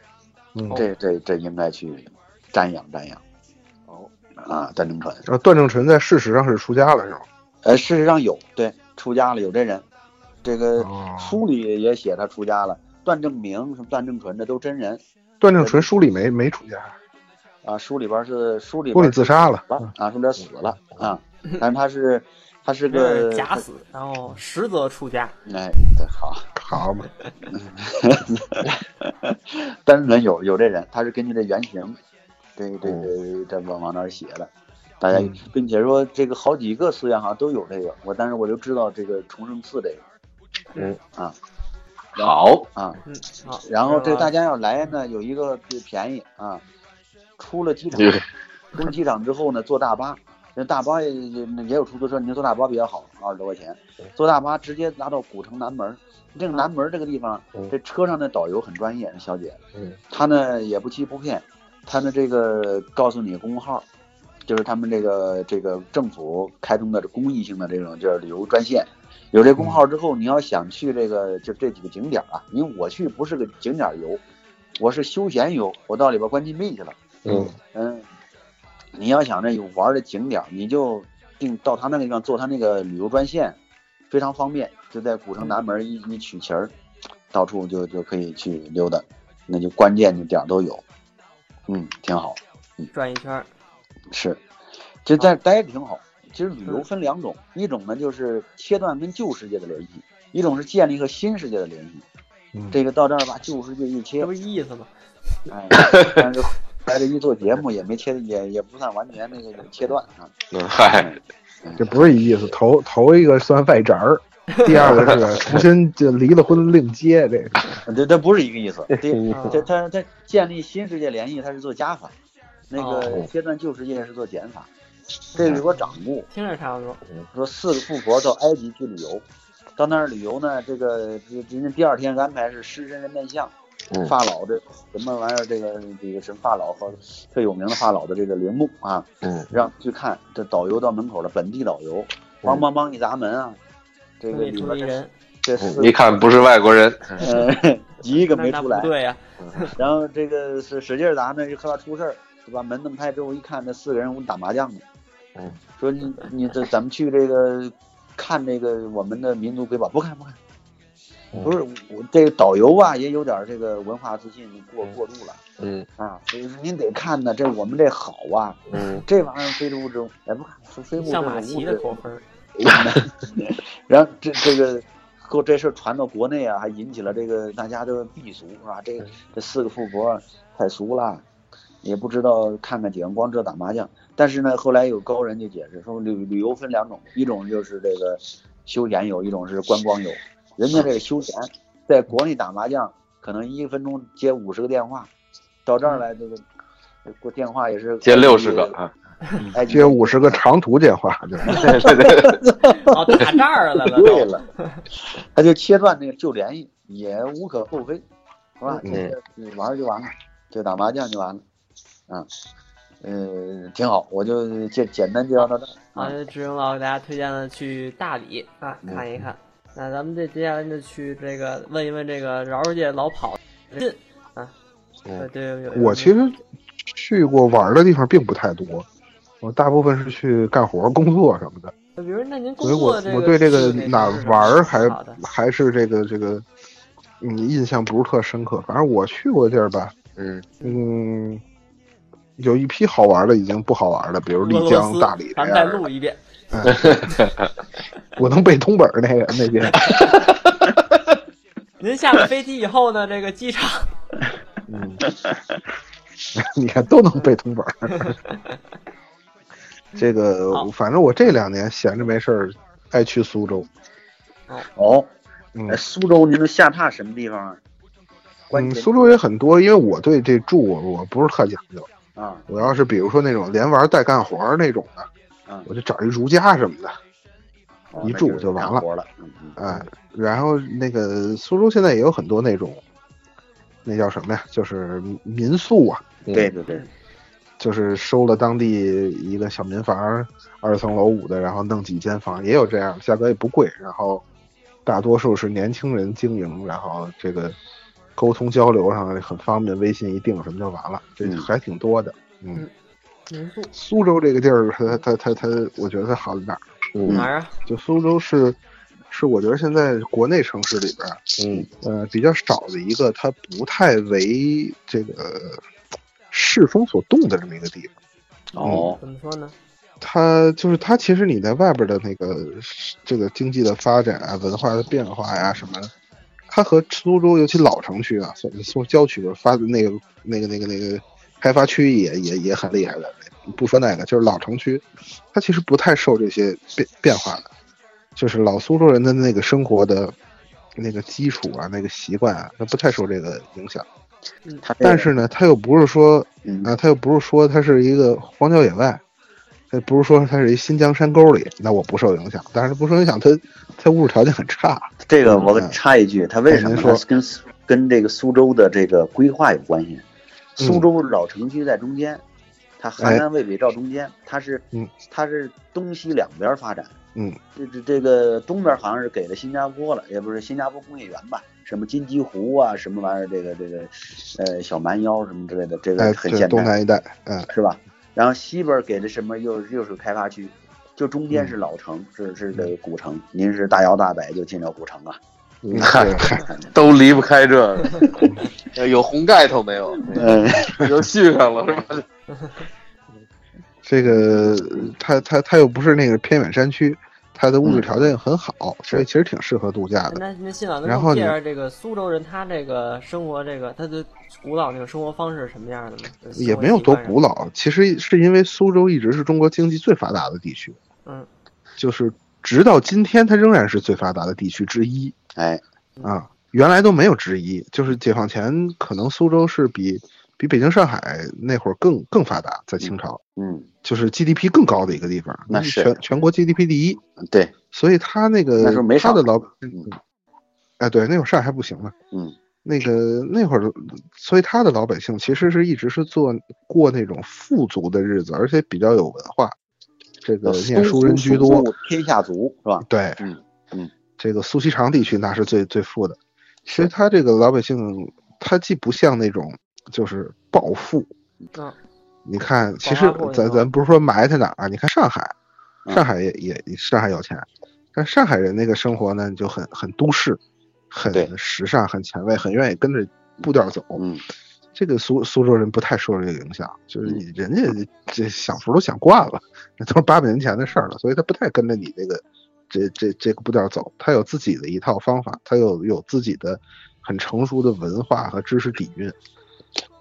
Speaker 4: 嗯，
Speaker 3: 这这这应该去瞻仰瞻仰。哦，啊，段正淳，
Speaker 4: 然后呃段正淳在事实上是出家了，是吧？
Speaker 3: 呃，事实上有，对，出家了有这人，这个
Speaker 4: 哦
Speaker 3: 书里也写他出家了。段正明、什么段正淳，这都真人
Speaker 4: 段正淳书里没没出家，
Speaker 3: 啊。书里边是书里
Speaker 4: 书
Speaker 3: 边
Speaker 4: 里
Speaker 3: 是
Speaker 4: 自杀了，嗯
Speaker 3: 了啊，书里边死了啊，但是他是他是
Speaker 2: 这
Speaker 3: 个
Speaker 2: 是假死，然后实则出家。
Speaker 3: 哎，对，好，
Speaker 4: 好嘛，
Speaker 3: 单纯有有这人，他是根据这原型，这这这这往往那儿写的，大家，
Speaker 4: 嗯
Speaker 3: 并且说这个好几个寺院好像都有这个，我但是我就知道这个重生寺这个
Speaker 5: 好，
Speaker 3: 啊，
Speaker 2: 嗯，好。
Speaker 3: 然后这
Speaker 2: 知道
Speaker 3: 大
Speaker 2: 了
Speaker 3: 家要来呢，有一个最便宜啊，出了机场
Speaker 5: 这个
Speaker 3: 从机场之后呢，坐大巴，那大巴也也也有出租车，您坐大巴比较好，啊二十多块钱，坐大巴直接拉到古城南门儿。这个南门儿这个地方
Speaker 4: 嗯，
Speaker 3: 这车上的导游很专业，小姐，
Speaker 4: 嗯，
Speaker 3: 她呢也不欺不骗，她呢这个告诉你公号，就是他们这个这个政府开通的这公益性的这种就是旅游专线。有这公号之后，你要想去这个就这几个景点儿啊，因为我去不是个景点儿游，我是休闲游，我到里边儿关禁闭去了。
Speaker 4: 嗯
Speaker 3: 嗯，你要想着有玩儿的景点儿，你就定到他那个地方坐他那个旅游专线，非常方便，就在古城南门一一取旗儿，到处就就可以去溜达，那就关键的点儿都有，嗯，挺好，
Speaker 2: 转一圈儿，
Speaker 3: 是，就在待着挺好。其实旅游分两种，一种呢就是切断跟旧世界的联系，一种是建立和新世界的联系。
Speaker 4: 嗯
Speaker 3: 这个到这儿吧，旧世界一切
Speaker 2: 这不，是意思吗？
Speaker 3: 哎，但是来这一做节目也没切，也也不算完全那个切断啊。
Speaker 5: 嗯嗨，
Speaker 4: 嗯这不是一意思。头头一个算外宅儿，第二个是重新就离了婚另结，这个
Speaker 3: 这这不是一个意思，这
Speaker 2: 啊
Speaker 3: 这它它建立新世界联系，它是做加法，那个
Speaker 4: 哦
Speaker 3: 切断旧世界是做减法。这个说掌故，
Speaker 2: 听着差不多。
Speaker 3: 说四个富婆到埃及去旅游，到那儿旅游呢，这个这人家第二天安排是狮身人面像，
Speaker 4: 嗯
Speaker 3: 发老这什么玩意儿，这个这个什么发老和特有名的发老的这个陵墓啊，
Speaker 4: 嗯，
Speaker 3: 让去看，这导游到门口了，本地导游，梆梆梆一砸门啊，这个
Speaker 2: 没
Speaker 3: 里
Speaker 2: 出
Speaker 3: 边
Speaker 2: 一
Speaker 3: 这
Speaker 2: 人，
Speaker 3: 这四
Speaker 5: 一哦看不是外国人，
Speaker 3: 呃 一个没
Speaker 2: 那
Speaker 3: 出
Speaker 2: 那
Speaker 3: 来
Speaker 2: 不，对啊呀、
Speaker 3: 然后这个是使劲儿砸呢，就怕出事儿，就把门弄开之后一看，那四个人屋打麻将呢。
Speaker 4: 嗯，
Speaker 3: 说你你这咱们去这个看这个我们的民族瑰宝，不看不看，
Speaker 4: 嗯
Speaker 3: 不是我这个导游啊也有点这个文化自信过过度了
Speaker 4: 嗯
Speaker 3: 啊，所以说您得看呢，这我们这好啊，
Speaker 4: 嗯，
Speaker 3: 这玩意儿非洲之哎不看非非洲
Speaker 2: 像
Speaker 3: 这
Speaker 2: 马
Speaker 3: 种
Speaker 2: 奇
Speaker 3: 物
Speaker 2: 的
Speaker 3: 质
Speaker 2: 口分儿，
Speaker 3: 然后这这个后这事儿传到国内啊，还引起了这个大家的避俗啊，这这四个富婆太俗了，也不知道看看景，光知道打麻将。但是呢，后来有高人就解释说旅旅游分两种，一种就是这个休闲游，一种是观光游。人家这个休闲，在国内打麻将可能一分钟接五十个电话，到这儿来这个这个电话也是
Speaker 5: 接六十个，啊，
Speaker 3: 哎，
Speaker 4: 接五十个长途电话，就是
Speaker 2: 哦，打这儿 来了都，
Speaker 3: 对了，他就切断那个旧联系，也无可厚非，是吧？
Speaker 4: 嗯
Speaker 3: 这个你玩儿就完了，就打麻将就完了，啊，呃，挺好，我就简简单介绍到这儿。
Speaker 2: 啊，志勇老给大家推荐了去大理啊
Speaker 4: 嗯
Speaker 2: 看一看。那咱们这接下来就去这个问一问这个饶世界老跑近啊，
Speaker 4: 嗯
Speaker 2: 对有有
Speaker 4: 我其实去过玩的地方并不太多，我大部分是去干活、工作什么的，
Speaker 2: 比如那您工
Speaker 4: 所以
Speaker 2: 作
Speaker 4: 我
Speaker 2: 这个
Speaker 4: 我对这个
Speaker 2: 兴趣
Speaker 4: 哪
Speaker 2: 是
Speaker 4: 玩儿还
Speaker 2: 好的
Speaker 4: 还是这个这个，嗯，印象不是特深刻。反正我去过的地儿吧，
Speaker 5: 嗯，
Speaker 4: 嗯，有一批好玩的已经不好玩了，比如丽
Speaker 2: 俄罗
Speaker 4: 江、
Speaker 2: 斯
Speaker 4: 大理这
Speaker 2: 咱们再
Speaker 4: 样的。
Speaker 2: 录一遍，
Speaker 4: 我能背通本儿那个那 些，
Speaker 2: 您下了飞机以后呢，这个机场
Speaker 4: 嗯， 你看都能背通本儿。 这个
Speaker 2: 好
Speaker 4: 反正我这两年闲着没事儿，爱去苏州。
Speaker 3: 哦，
Speaker 4: 嗯
Speaker 3: 哎，苏州您都下榻什么地方啊？关
Speaker 4: 嗯，
Speaker 3: 键
Speaker 4: 苏州也很多，因为我对这住我我不是特讲究。
Speaker 3: 啊，
Speaker 4: 我要是比如说那种连玩带干活儿那种的
Speaker 3: 嗯，
Speaker 4: 我就找一如家什么的，
Speaker 3: 哦
Speaker 4: 一
Speaker 3: 那
Speaker 4: 住
Speaker 3: 是
Speaker 4: 就完
Speaker 3: 干
Speaker 4: 了
Speaker 3: 活了，嗯嗯
Speaker 4: 哎，然后那个苏州现在也有很多那种，那叫什么呀？就是民宿啊，
Speaker 3: 嗯
Speaker 5: 嗯
Speaker 3: 对对对，
Speaker 4: 就是收了当地一个小民房，二层楼五的，然后弄几间房，也有这样，价格也不贵，然后大多数是年轻人经营，然后这个沟通交流上很方便，微信一定什么就完了，这
Speaker 3: 嗯
Speaker 4: 还挺多的。嗯，
Speaker 2: 民宿
Speaker 4: 苏州这个地儿，它它它它，我觉得它好在哪儿？
Speaker 3: 嗯
Speaker 2: 哪儿啊？
Speaker 4: 就苏州是是我觉得现在国内城市里边儿，
Speaker 5: 嗯
Speaker 4: 呃，比较少的一个，它不太为这个世风所动的这么一个地方。
Speaker 3: 哦，
Speaker 2: 怎么说呢？
Speaker 4: 它就是它，其实你在外边的那个这个经济的发展啊、文化的变化呀、什么的，它和苏州尤其老城区啊，苏苏郊区吧发的那个那个那个那个开发区也也也很厉害的。不说那个，就是老城区，它其实不太受这些变变化的，就是老苏州人的那个生活的那个基础啊、那个习惯啊，它不太受这个影响。
Speaker 2: 嗯
Speaker 3: 它这个
Speaker 4: 但是呢，他又不是说
Speaker 3: 嗯
Speaker 4: 啊，他又不是说他是一个荒郊野外，他不是说他是一新疆山沟里，那我不受影响。但是不受影响，他他物质条件很差，
Speaker 3: 这个我
Speaker 4: 嗯
Speaker 3: 插一句，它为什么
Speaker 4: 哎您
Speaker 3: 它
Speaker 4: 说
Speaker 3: 是跟苏跟这个苏州的这个规划有关系？苏州老城区在中间，它
Speaker 4: 嗯哎
Speaker 3: 邯郸渭北照中间，它是
Speaker 4: 嗯
Speaker 3: 它是东西两边发展。
Speaker 4: 嗯，
Speaker 3: 这这这个东边好像是给了新加坡了，也不是新加坡工业园吧？什么金鸡湖啊，什么玩意儿？这个这个，呃，小蛮腰什么之类的，这
Speaker 4: 哎，
Speaker 3: 个很
Speaker 4: 对
Speaker 3: 现
Speaker 4: 东
Speaker 3: 代
Speaker 4: 南一带， 嗯
Speaker 3: 是吧？然后西边给的什么又又是开发区，就中间
Speaker 4: 嗯
Speaker 3: 是老城，是是这个古城。您是大摇大摆就进了古城啊？
Speaker 4: 嗯， 对
Speaker 5: 都离不开这个。呃 有红盖头没有？
Speaker 3: 嗯，
Speaker 5: 有续上了是吧？
Speaker 4: 这个他他他又不是那个偏远山区，他的物
Speaker 3: 嗯
Speaker 4: 质条件很好，所以其实挺适合度假的。
Speaker 2: 那那信老，能
Speaker 4: 然
Speaker 2: 给
Speaker 4: 后
Speaker 2: 我介
Speaker 4: 你
Speaker 2: 绍这个苏州人他这个生活这个他的古老那个生活方式是什么样的吗？就是
Speaker 4: 也
Speaker 2: 生活
Speaker 4: 没有
Speaker 2: 习
Speaker 4: 多
Speaker 2: 惯什
Speaker 4: 古
Speaker 2: 么
Speaker 4: 老，其实是因为苏州一直是中国经济最发达的地区，
Speaker 2: 嗯，
Speaker 4: 就是直到今天，它仍然是最发达的地区之一
Speaker 3: 哎，
Speaker 4: 啊。原来都没有之一，就是解放前可能苏州是比比北京、上海那会儿更更发达，在清朝
Speaker 3: 嗯
Speaker 4: 就是 GDP 更高的一个地方，
Speaker 3: 那是
Speaker 4: 全全国 GDP 第一，，
Speaker 3: 对，
Speaker 4: 所以他那个
Speaker 3: 那时候没
Speaker 4: 他
Speaker 3: 上
Speaker 4: 的老，
Speaker 3: 嗯
Speaker 4: 哎，对，那会儿上海还不行呢。
Speaker 3: 嗯
Speaker 4: 那个那会儿，所以他的老百姓其实是一直是做过那种富足的日子，而且比较有文化。这
Speaker 3: 呃
Speaker 4: 个念书人居多，，
Speaker 3: 天下足是吧？
Speaker 4: 对，
Speaker 3: 嗯嗯，
Speaker 4: 这个苏锡常地区那是最最富的。其实他这个老百姓，他既不像那种就是暴富，
Speaker 2: 嗯，
Speaker 4: 你看，其
Speaker 2: 花
Speaker 4: 实
Speaker 2: 布那
Speaker 4: 咱
Speaker 2: 种
Speaker 4: 咱不是说埋汰哪儿啊，你看上海，
Speaker 3: 嗯
Speaker 4: 上海也也上海有钱，但上海人那个生活呢就很很都市，
Speaker 3: 对
Speaker 4: 很时尚，很前卫，很愿意跟着步调走。
Speaker 3: 嗯，
Speaker 4: 这个苏苏州人不太受这个影响，就是
Speaker 3: 嗯
Speaker 4: 你人家这享福都享惯了，那都是八百年前的事儿了，所以他不太跟着你这个这这这个步调走，他有自己的一套方法，他有有自己的很成熟的文化和知识底蕴。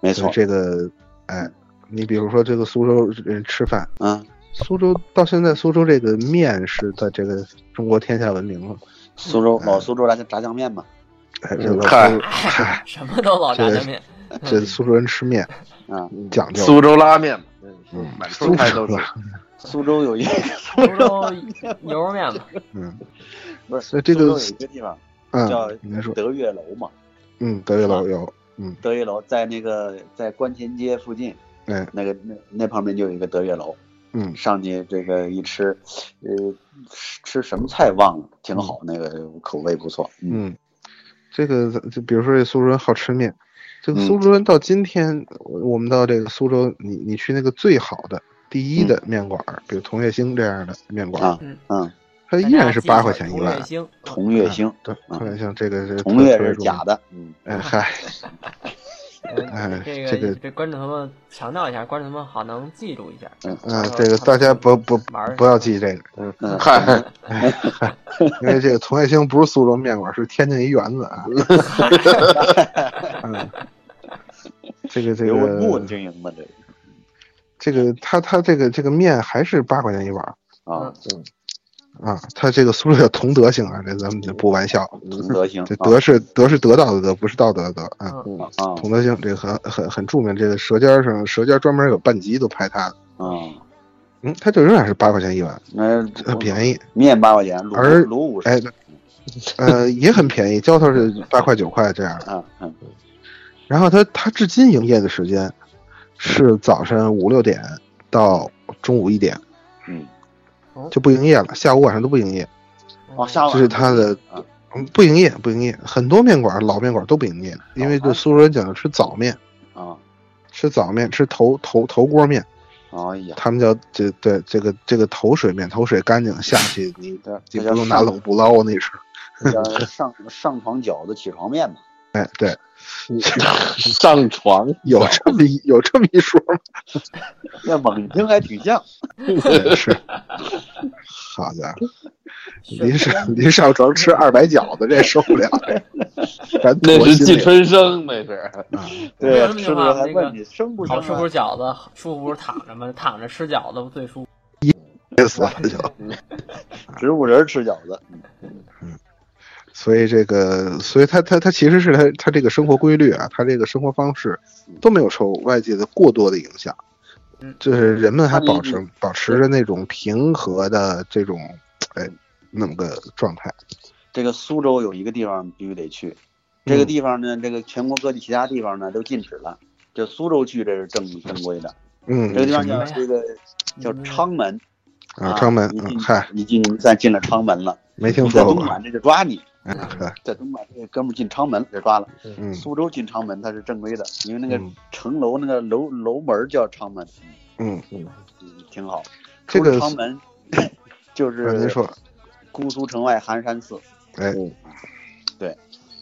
Speaker 3: 没
Speaker 4: 所
Speaker 3: 错
Speaker 4: 以，这个，哎，你比如说这个苏州人吃饭，
Speaker 3: 嗯，
Speaker 4: 苏州到现在苏州这个面是在这个中国天下闻名了，
Speaker 3: 苏州老苏州炸酱炸酱面嘛，
Speaker 4: 哎，这个
Speaker 5: 嗨
Speaker 4: 苏州嗨，
Speaker 2: 什么都老炸
Speaker 4: 这个
Speaker 2: 酱面，
Speaker 4: 这苏州人吃面
Speaker 3: 啊，
Speaker 4: 讲究，
Speaker 5: 苏州拉面嘛，
Speaker 4: 嗯
Speaker 5: 满处
Speaker 4: 苏
Speaker 5: 开都
Speaker 4: 州
Speaker 5: 是。
Speaker 4: 吧，
Speaker 3: 苏州有一 个
Speaker 2: 苏州牛肉 面嘛，
Speaker 4: 嗯，
Speaker 3: 不
Speaker 4: 所
Speaker 3: 是
Speaker 4: 以这个
Speaker 3: 苏州有一个地方叫
Speaker 4: 嗯，应该说，
Speaker 3: 德月楼嘛，
Speaker 4: 嗯，德月楼有，
Speaker 3: 德月楼在那个在观前街附近，
Speaker 4: 哎，
Speaker 3: 那个那那旁边就有一个德月楼，
Speaker 4: 嗯，
Speaker 3: 上去这个一吃，呃，吃吃什么菜忘了，挺好，那个口味不错，嗯
Speaker 4: 嗯，这个咱就比如说这苏州人好吃面，这个
Speaker 3: 嗯
Speaker 4: 苏州人到今天，我我们到这个苏州，你你去那个最好的、第一的面馆儿，比如同月星这样的面馆儿，
Speaker 3: 嗯啊
Speaker 2: 嗯，
Speaker 3: 嗯，
Speaker 4: 它
Speaker 2: 大
Speaker 4: 依
Speaker 2: 家
Speaker 4: 然是
Speaker 2: 记一下
Speaker 4: 八块钱一
Speaker 2: 同
Speaker 4: 碗
Speaker 2: 瑞。星
Speaker 3: 同月星，
Speaker 4: 对，
Speaker 3: 嗯
Speaker 4: 同月星 这个是
Speaker 3: 同月
Speaker 4: 特别
Speaker 3: 是
Speaker 4: 著名
Speaker 3: 假。的，嗯，
Speaker 4: 哎 嗨，哎
Speaker 2: 嗯这个
Speaker 4: 这个
Speaker 2: 这观众朋友们强调一下，观众朋友们好能记住一下。
Speaker 4: 嗯，这个大家不不
Speaker 2: 啊玩儿
Speaker 4: 不要记这个，嗯，
Speaker 3: 嗯，
Speaker 5: 嗨，
Speaker 4: 因为这个同月星不是苏州面馆，是天津一园子 啊。嗯，这个这
Speaker 3: 刘文木
Speaker 4: 个
Speaker 3: 经营的这个
Speaker 4: 这个，他他这个这个面还是八块钱一碗儿
Speaker 3: 啊，
Speaker 4: 啊，他这个苏州叫同德行啊，这咱们就不玩笑。
Speaker 3: 同德行，
Speaker 4: 这
Speaker 3: 啊
Speaker 4: 德是德是得到的德，不是道德的德啊。
Speaker 2: 嗯，
Speaker 3: 啊啊
Speaker 4: 同德行这个很很很著名，这个《舌尖儿上》《舌尖》专门有半集都拍他的。
Speaker 3: 啊，
Speaker 4: 嗯，他这仍然是八块钱一碗，
Speaker 3: 那
Speaker 4: 很便宜。
Speaker 3: 面八块钱，卤
Speaker 4: 而
Speaker 3: 卤五十，
Speaker 4: 哎，呃，也很便宜，浇头是八块九块这样。
Speaker 3: 啊嗯
Speaker 4: 然后他他至今营业的时间是早上五六点到中午一点
Speaker 3: 嗯，
Speaker 2: 哦
Speaker 4: 就不营业了，下午晚上都不营业，
Speaker 2: 嗯
Speaker 3: 哦，下午
Speaker 4: 这是他的
Speaker 3: 啊
Speaker 4: 嗯不营业不营业，很多面馆老面馆都不营业，因为对苏州人讲究吃早面，
Speaker 3: 啊，
Speaker 4: 吃早面吃头头头锅面，
Speaker 3: 哎呀，
Speaker 4: 他们叫这对这个这个头水面，头水干净下去你
Speaker 3: 这
Speaker 4: 你
Speaker 3: 这
Speaker 4: 不
Speaker 3: 叫
Speaker 4: 用拿
Speaker 3: 上
Speaker 4: 冷布捞那是，
Speaker 3: 这叫上上床饺子起床面嘛，
Speaker 4: 哎对，
Speaker 5: 上床
Speaker 4: 有这么一有这么一说吗？
Speaker 3: 那猛听还挺 像，
Speaker 4: 对是，好家伙。
Speaker 2: 炫
Speaker 4: 临上临上床吃二百饺子，这受不了，这咱
Speaker 5: 那
Speaker 4: 妥
Speaker 5: 是
Speaker 4: 心
Speaker 5: 季
Speaker 4: 里
Speaker 5: 春生，那是。
Speaker 4: 啊，
Speaker 3: 对
Speaker 2: 那，么
Speaker 3: 吃
Speaker 2: 的话
Speaker 3: 的还
Speaker 2: 那
Speaker 3: 问
Speaker 2: 个
Speaker 3: 你生不
Speaker 2: 好
Speaker 3: 生
Speaker 2: 吃不
Speaker 3: 啊
Speaker 2: 是饺子，舒服不是躺着吗？躺着吃饺子不最舒服。
Speaker 4: 憋死了就。
Speaker 3: 植物人吃饺子，嗯
Speaker 4: 所以这个，所以他他他其实是他他这个生活规律啊，他这个生活方式都没有受外界的过多的影响
Speaker 2: 嗯，
Speaker 4: 就是人们还
Speaker 3: 那你
Speaker 4: 保持保持着那种平和的这种哎那么个状态。
Speaker 3: 这个苏州有一个地方必须得去，这
Speaker 4: 嗯
Speaker 3: 个地方呢，这个全国各地其他地方呢都禁止了，就苏州去这是正正规的。
Speaker 4: 嗯
Speaker 3: 这，个地方
Speaker 4: 什
Speaker 3: 叫
Speaker 4: 么
Speaker 3: 这个叫昌门
Speaker 4: 啊，张门，
Speaker 3: 你
Speaker 4: 嗯
Speaker 3: 进
Speaker 4: 嗨，
Speaker 3: 你进咱进了昌门了，
Speaker 4: 没听
Speaker 3: 你
Speaker 4: 说
Speaker 3: 在东
Speaker 4: 过，
Speaker 3: 莞这就抓你，
Speaker 4: 嗯，嗨
Speaker 3: 在东莞这哥们儿进昌门就抓了。
Speaker 4: 嗯
Speaker 3: 苏州进昌门它是正规的，因为那个
Speaker 4: 嗯
Speaker 3: 城楼那个楼楼门儿叫昌门，
Speaker 4: 嗯，
Speaker 3: 嗯，挺好。
Speaker 4: 这个
Speaker 3: 除了昌门就
Speaker 4: 啊您
Speaker 3: 是
Speaker 4: 说，
Speaker 3: 姑苏城外寒山寺，
Speaker 4: 哎，
Speaker 3: 嗯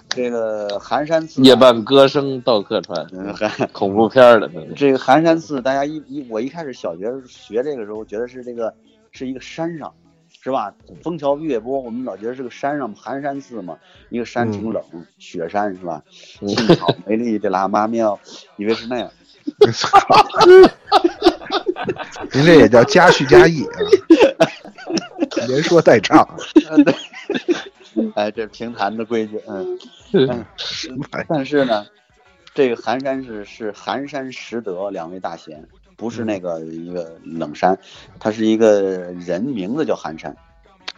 Speaker 3: 这个寒山寺啊
Speaker 5: 夜半歌声到客船，
Speaker 3: 嗯寒
Speaker 5: 恐怖片儿的，
Speaker 3: 这个寒山寺，大家一一我一开始小学学这个时候，觉得是这个是一个山上，是吧？枫桥月波，我们老觉得是个山上，寒山寺嘛，一个山挺冷，雪山是吧？
Speaker 5: 嗯
Speaker 3: 幸好没了这喇嘛庙，以为是那样。
Speaker 4: 您这也叫加叙加意啊， 连说带唱，
Speaker 3: 哎，这是评弹的规矩，嗯。
Speaker 5: 嗯
Speaker 4: 哎什么玩意儿
Speaker 3: 但是呢，这个寒山是是寒山拾得两位大贤，不是那个一个冷山，它是一个人名字叫寒山。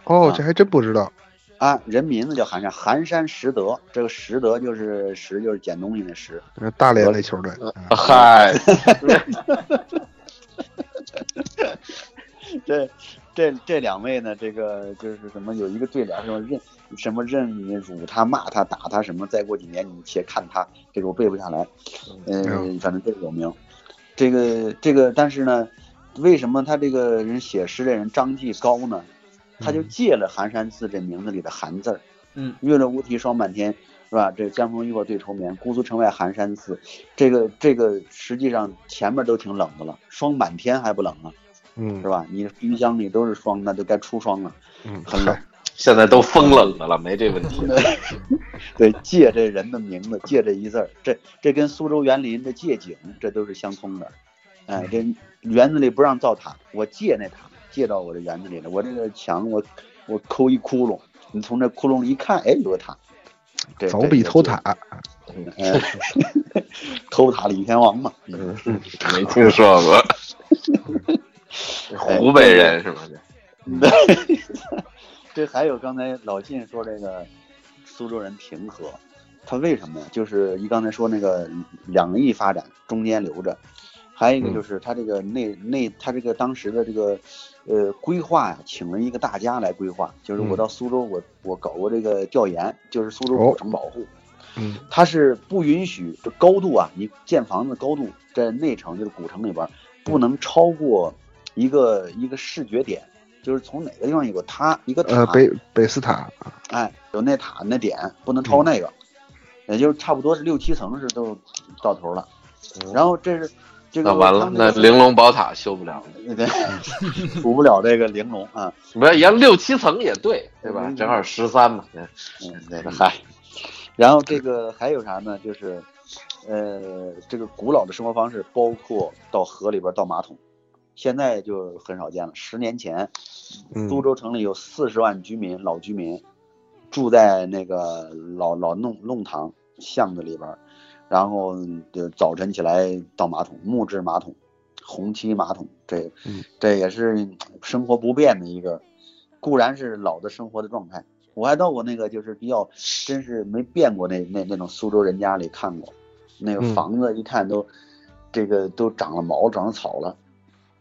Speaker 4: 哦，这还真不知道，
Speaker 3: 啊，人名字叫寒山，寒山拾得，这个拾得就是拾就是捡东西的拾，
Speaker 4: 呃大连那球队，
Speaker 3: 呃
Speaker 4: 嗯
Speaker 5: 嗨，
Speaker 3: 这这这两位呢，这个就是什么有一个对联，什么任什么任你辱他骂他打他什么，再过几年你且看他，这个我背不下来，嗯、
Speaker 4: 嗯
Speaker 3: 反正这个有名。这个这个，但是呢，为什么他这个人写诗的人张继高呢？他就借了寒山寺这名字里的“寒”字儿，
Speaker 2: 嗯，
Speaker 3: 月落乌啼霜满天，是吧？这江枫渔火对愁眠，姑苏城外寒山寺，这个这个实际上前面都挺冷的了，霜满天还不冷啊呢，是
Speaker 4: 嗯
Speaker 3: 吧？你冰箱里都是霜，那就该出霜了，
Speaker 4: 嗯，
Speaker 3: 很冷
Speaker 4: 嗨。
Speaker 5: 现在都风冷的了，没这问 题。
Speaker 3: 对，借这人的名字，借这一字儿，这这跟苏州园林的借景，这都是相通的。哎，这园子里不让造塔，我借那塔，借到我这园子里了。我这个墙，我我抠一窟窿，你从这窟窿里一看，哎，有个塔。这
Speaker 4: 凿壁偷，塔，
Speaker 3: 这这哎 偷塔李天王嘛。嗯，
Speaker 5: 没听说 过，湖北人是吧？
Speaker 3: 哎 这还有刚才老晋说这个苏州人平和，他为什么呀？就是一刚才说那个两翼发展，中间留着，还有一个就是他这个内内他这个当时的这个呃规划呀，请了一个大家来规划，就是我
Speaker 4: 嗯
Speaker 3: 到苏州我我搞过这个调研，就是苏州
Speaker 4: 哦
Speaker 3: 古城保护，
Speaker 4: 嗯
Speaker 3: 它是不允许这高度啊，你建房子高度在内城就是古城里边儿不能超过一个一个视觉点，就是从哪个地方有个塔一个塔，
Speaker 4: 呃，北北斯塔，
Speaker 3: 哎有那塔那点不能超过那个，也就是差不多是六七层是都到头了。
Speaker 4: 哦
Speaker 3: 然后这是这个
Speaker 5: 那完了，
Speaker 3: 他们
Speaker 5: 那
Speaker 3: 这个
Speaker 5: 玲珑宝塔修不了了。
Speaker 3: 对， 补不了这个玲珑啊，
Speaker 5: 不是，要六七层也对，对吧？正好十三嘛。
Speaker 3: 嗯，那个嗨。然后这个还有啥呢？就是，呃，这个古老的生活方式，包括到河里边倒马桶，现在就很少见了。十年前，
Speaker 4: 嗯
Speaker 3: 苏州城里有四十万居民，老居民住在那个老老弄弄堂巷子里边儿，然后就早晨起来倒马桶，木质马桶，红漆马桶，这
Speaker 4: 嗯
Speaker 3: 这也是生活不变的一个，固然是老的生活的状态。我还到过那个就是比较真是没变过那那那种苏州人家里看过，那个
Speaker 4: 嗯
Speaker 3: 房子一看都、这个都长了毛长了草了。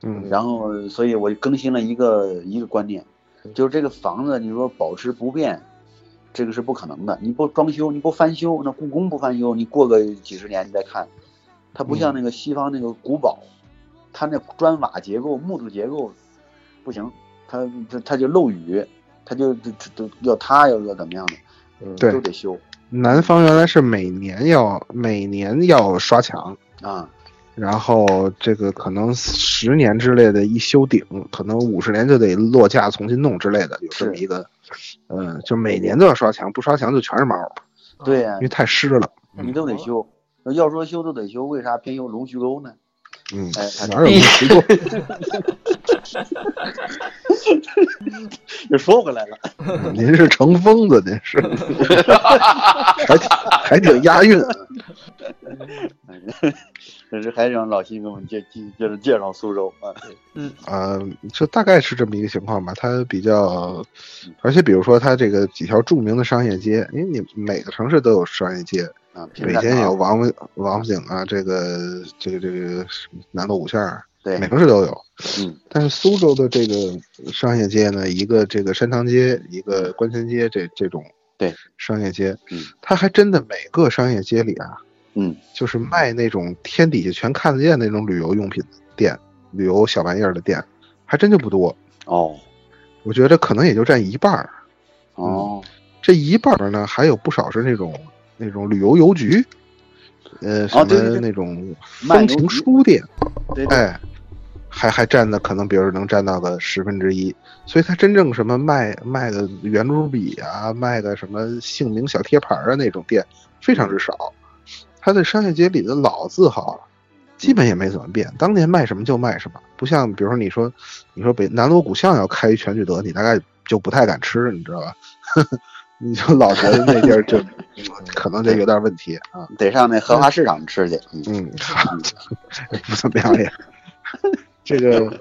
Speaker 4: 嗯
Speaker 3: 然后，所以我更新了一个一个观念，就是这个房子，你说保持不变，这个是不可能的。你不装修，你不翻修，那故宫不翻修，你过个几十年你再看，它不像那个西方那个古堡，它那砖瓦结构、木头结构不行，它它它就漏雨，它就就就就要塌，要要怎么样的，
Speaker 4: 对
Speaker 3: 都得修
Speaker 4: 南方原来是每年要每年要刷墙，
Speaker 3: 啊。
Speaker 4: 然后这个可能十年之类的一修顶，可能五十年就得落架重新弄之类的，有这么
Speaker 3: 是
Speaker 4: 一个，嗯，就每年都要刷墙，不刷墙就全是毛，
Speaker 3: 对呀、
Speaker 4: 因为太湿了，
Speaker 3: 你嗯都得修。要说修都得修，为啥偏修龙须沟呢？
Speaker 4: 嗯
Speaker 3: 哎，
Speaker 4: 哪有那么奇怪？
Speaker 3: 又说回来了，
Speaker 4: 您是成疯子，您 是，还挺还挺押韵。
Speaker 3: 这是还让老辛给我们介介介绍介绍苏州啊，
Speaker 4: 呃，这大概是这么一个情况吧。它比
Speaker 3: 嗯
Speaker 4: 较，而且比如说它这个几条著名的商业街，因为你每个城市都有商业街，
Speaker 3: 啊，平
Speaker 4: 北
Speaker 3: 潭
Speaker 4: 京
Speaker 3: 岛
Speaker 4: 有王府王府井啊，这个这个这个南锣鼓巷啊儿，
Speaker 3: 对
Speaker 4: 每，城市都有。
Speaker 3: 嗯，
Speaker 4: 但是苏州的这个商业街呢，一个这个山塘街，一个官前街，这这种
Speaker 3: 对
Speaker 4: 商业街，
Speaker 3: 嗯，
Speaker 4: 它还真的每个商业街里啊，
Speaker 3: 嗯，
Speaker 4: 就是卖那种天底下全看得见那种旅游用品店、旅游小玩意儿的店，还真就不多。
Speaker 3: 哦
Speaker 4: 我觉得可能也就占一半儿，嗯
Speaker 3: 哦，
Speaker 4: 这一半儿呢，还有不少是那种那种旅游邮局，呃，什么
Speaker 3: 哦对对对
Speaker 4: 那种
Speaker 3: 漫
Speaker 4: 风
Speaker 3: 游
Speaker 4: 情
Speaker 3: 局
Speaker 4: 书店，
Speaker 3: 对对
Speaker 4: 哎，还还占的可能，比如能占到个十分之一，所以他真正什么卖卖个圆珠笔啊，卖个什么姓名小贴牌啊那种店非常之少。他在商业街里的老字号，基本也没怎么变，当年卖什么就卖什么，不像比如说你说你说北南锣鼓巷要开一全聚德，你大概就不太敢吃，你知道吧？ 你就老觉得那地儿就 可能就有点问题啊，
Speaker 3: 得上那荷花市场吃去，嗯
Speaker 4: 嗯，好，不怎么样也。这个，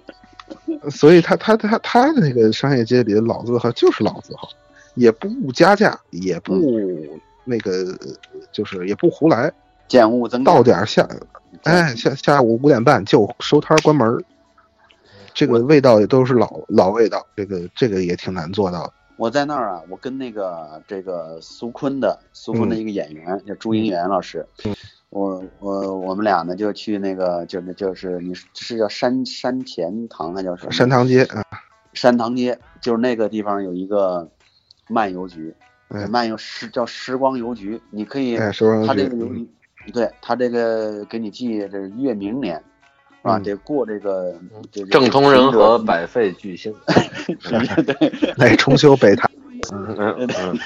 Speaker 4: 所以他他他他的那个商业街里的老字号就是老字号，也不加价，也不那个，就是也不胡来，
Speaker 3: 见物增
Speaker 4: 到
Speaker 3: 价
Speaker 4: 点儿下，哎，下下午五点半就收摊儿关门儿。这个味道也都是老老味道，这个这个也挺难做到的。
Speaker 3: 我在那儿啊，我跟那个这个苏坤的苏坤的
Speaker 4: 嗯
Speaker 3: 一个演员、叫朱英元老师，我我我们俩呢就去那个就是就是你是叫山山前堂还叫什么
Speaker 4: 山塘街啊，
Speaker 3: 山塘街，就是那个地方有一个漫游局，
Speaker 4: 嗯
Speaker 3: 漫游时叫时光邮局，你可以，
Speaker 4: 哎，时光
Speaker 3: 他
Speaker 4: 邮
Speaker 3: 这个
Speaker 4: 局
Speaker 3: 邮
Speaker 4: 嗯
Speaker 3: 局，对他这个给你寄这是月明年。啊，
Speaker 4: 嗯
Speaker 3: 得过这个这个啊
Speaker 5: 政通人和，百废 俱兴。
Speaker 3: 对，
Speaker 4: 哎，重修北塔，
Speaker 3: 啊
Speaker 5: 嗯嗯，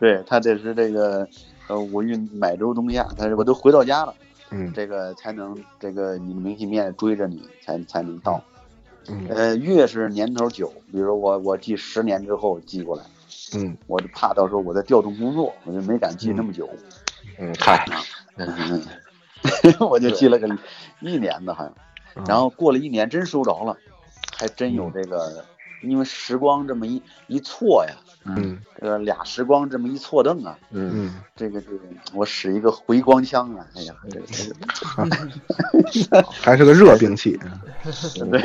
Speaker 3: 对他得是这个，呃，我运买州冬夏，但是我都回到家了，
Speaker 4: 嗯
Speaker 3: 这个才能这个你明信片追着你才才能到。
Speaker 4: 嗯
Speaker 3: 呃，越是年头久，比如说我我寄十年之后寄过来，
Speaker 4: 嗯
Speaker 3: 我就怕到时候我再调动工作，我就没敢寄那么久，
Speaker 5: 嗯，嗨，
Speaker 3: 嗯 我就寄了个一年的好像，
Speaker 4: 嗯
Speaker 3: 然后过了一年真收着了，还真有这个，因为时光这么一一错呀，
Speaker 4: 嗯
Speaker 3: 这个俩时光这么一错蹬啊，
Speaker 5: 嗯，
Speaker 4: 嗯，
Speaker 3: 这个这个我使一个回光枪啊，哎呀，这个。
Speaker 4: 还是个热兵器。嗯
Speaker 3: 对，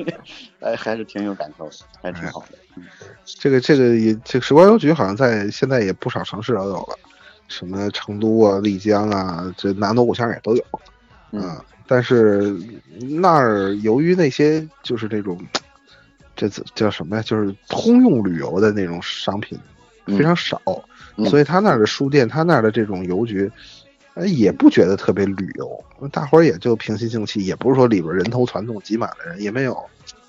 Speaker 3: 哎，还是挺有感受的，还挺好的。
Speaker 4: 哎这个这个也这个时光邮局好像在现在也不少城市都有了，什么成都啊、丽江啊，这南锣鼓巷也都有。啊
Speaker 3: 嗯，
Speaker 4: 但是那儿由于那些就是这种，这怎叫什么呀？就是通用旅游的那种商品
Speaker 3: 嗯
Speaker 4: 非常少，
Speaker 3: 嗯
Speaker 4: 所以他那儿的书店，他那儿的这种邮局。呃也不觉得特别旅游，大伙儿也就平心静气，也不是说里边人头攒动挤满了人，也没有，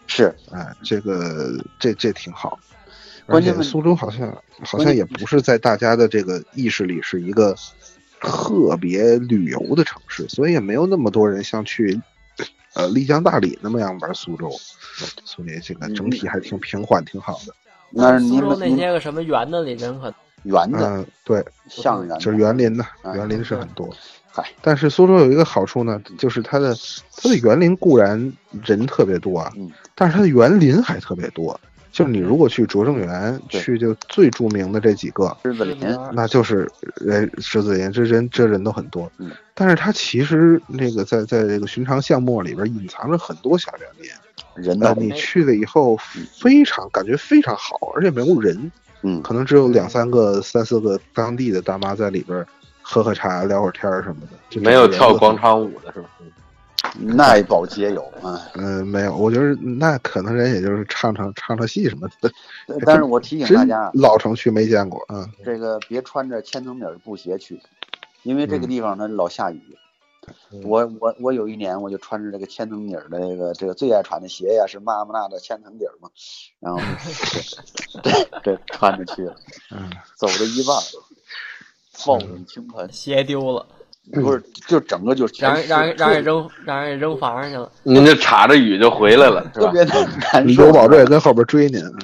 Speaker 3: 是
Speaker 4: 哎，这个这这挺好。而
Speaker 3: 关键
Speaker 4: 且
Speaker 3: 问题
Speaker 4: 苏州好像好
Speaker 3: 关
Speaker 4: 像
Speaker 3: 键
Speaker 4: 也不是在大家的这个意识里是一个特别旅游的城市，所以也没有那么多人像去呃丽江、大理那么样玩苏州，所以这个
Speaker 3: 嗯
Speaker 4: 整体还挺平缓，挺好的。
Speaker 3: 那是
Speaker 2: 苏
Speaker 3: 您
Speaker 2: 州那
Speaker 3: 您
Speaker 2: 些个什么园子里人可
Speaker 3: 园子
Speaker 4: 嗯，对，
Speaker 3: 像园
Speaker 4: 就是
Speaker 3: 子，
Speaker 4: 园林呢，
Speaker 3: 嗯
Speaker 4: 园林是很多
Speaker 3: 嗨。
Speaker 4: 但是苏州有一个好处呢，就是它的它的园林固然人特别多啊
Speaker 3: 嗯，
Speaker 4: 但是它的园林还特别多。就是你如果去拙政园，
Speaker 3: 对
Speaker 4: 去就最著名的这几个，
Speaker 3: 狮子林，
Speaker 4: 那就是呃石子岩，这人这人都很多，
Speaker 3: 嗯
Speaker 4: 但是它其实那个在在这个寻常巷陌里边隐藏着很多小园林，
Speaker 3: 人
Speaker 4: 呃那
Speaker 3: 的
Speaker 4: 你去了以后非常感觉非常好，而且没有人，
Speaker 3: 嗯
Speaker 4: 可能只有两三个、三四个当地的大妈在里边喝喝茶、聊会儿天儿什么的，就
Speaker 5: 没有跳广，场舞的是吧？
Speaker 3: 那保洁有啊，
Speaker 4: 嗯、没有，我觉得那可能人也就是唱唱唱唱戏什么的，
Speaker 3: 但是我提醒大
Speaker 4: 哎真
Speaker 3: 家，啊嗯
Speaker 4: 老城区没见过啊，
Speaker 3: 这个别穿着千层底儿布鞋去，因为这
Speaker 4: 嗯
Speaker 3: 个地方呢老下雨。我我我有一年我就穿着这个千层底儿的这个这个最爱穿的鞋呀，是妈妈那的千层底儿嘛，然 后这这穿着去了，
Speaker 4: 嗯
Speaker 3: 走了一半儿，暴雨倾盆，
Speaker 2: 鞋丢了，
Speaker 4: 嗯
Speaker 3: 不是就整个就
Speaker 2: 让人让人让人
Speaker 3: 特
Speaker 2: 扔让人扔房上去了。
Speaker 5: 您这插着雨就回来了，是
Speaker 3: 特
Speaker 5: 吧？
Speaker 3: 别的难
Speaker 4: 你
Speaker 3: 受。
Speaker 4: 有保证也跟后边追您，嗯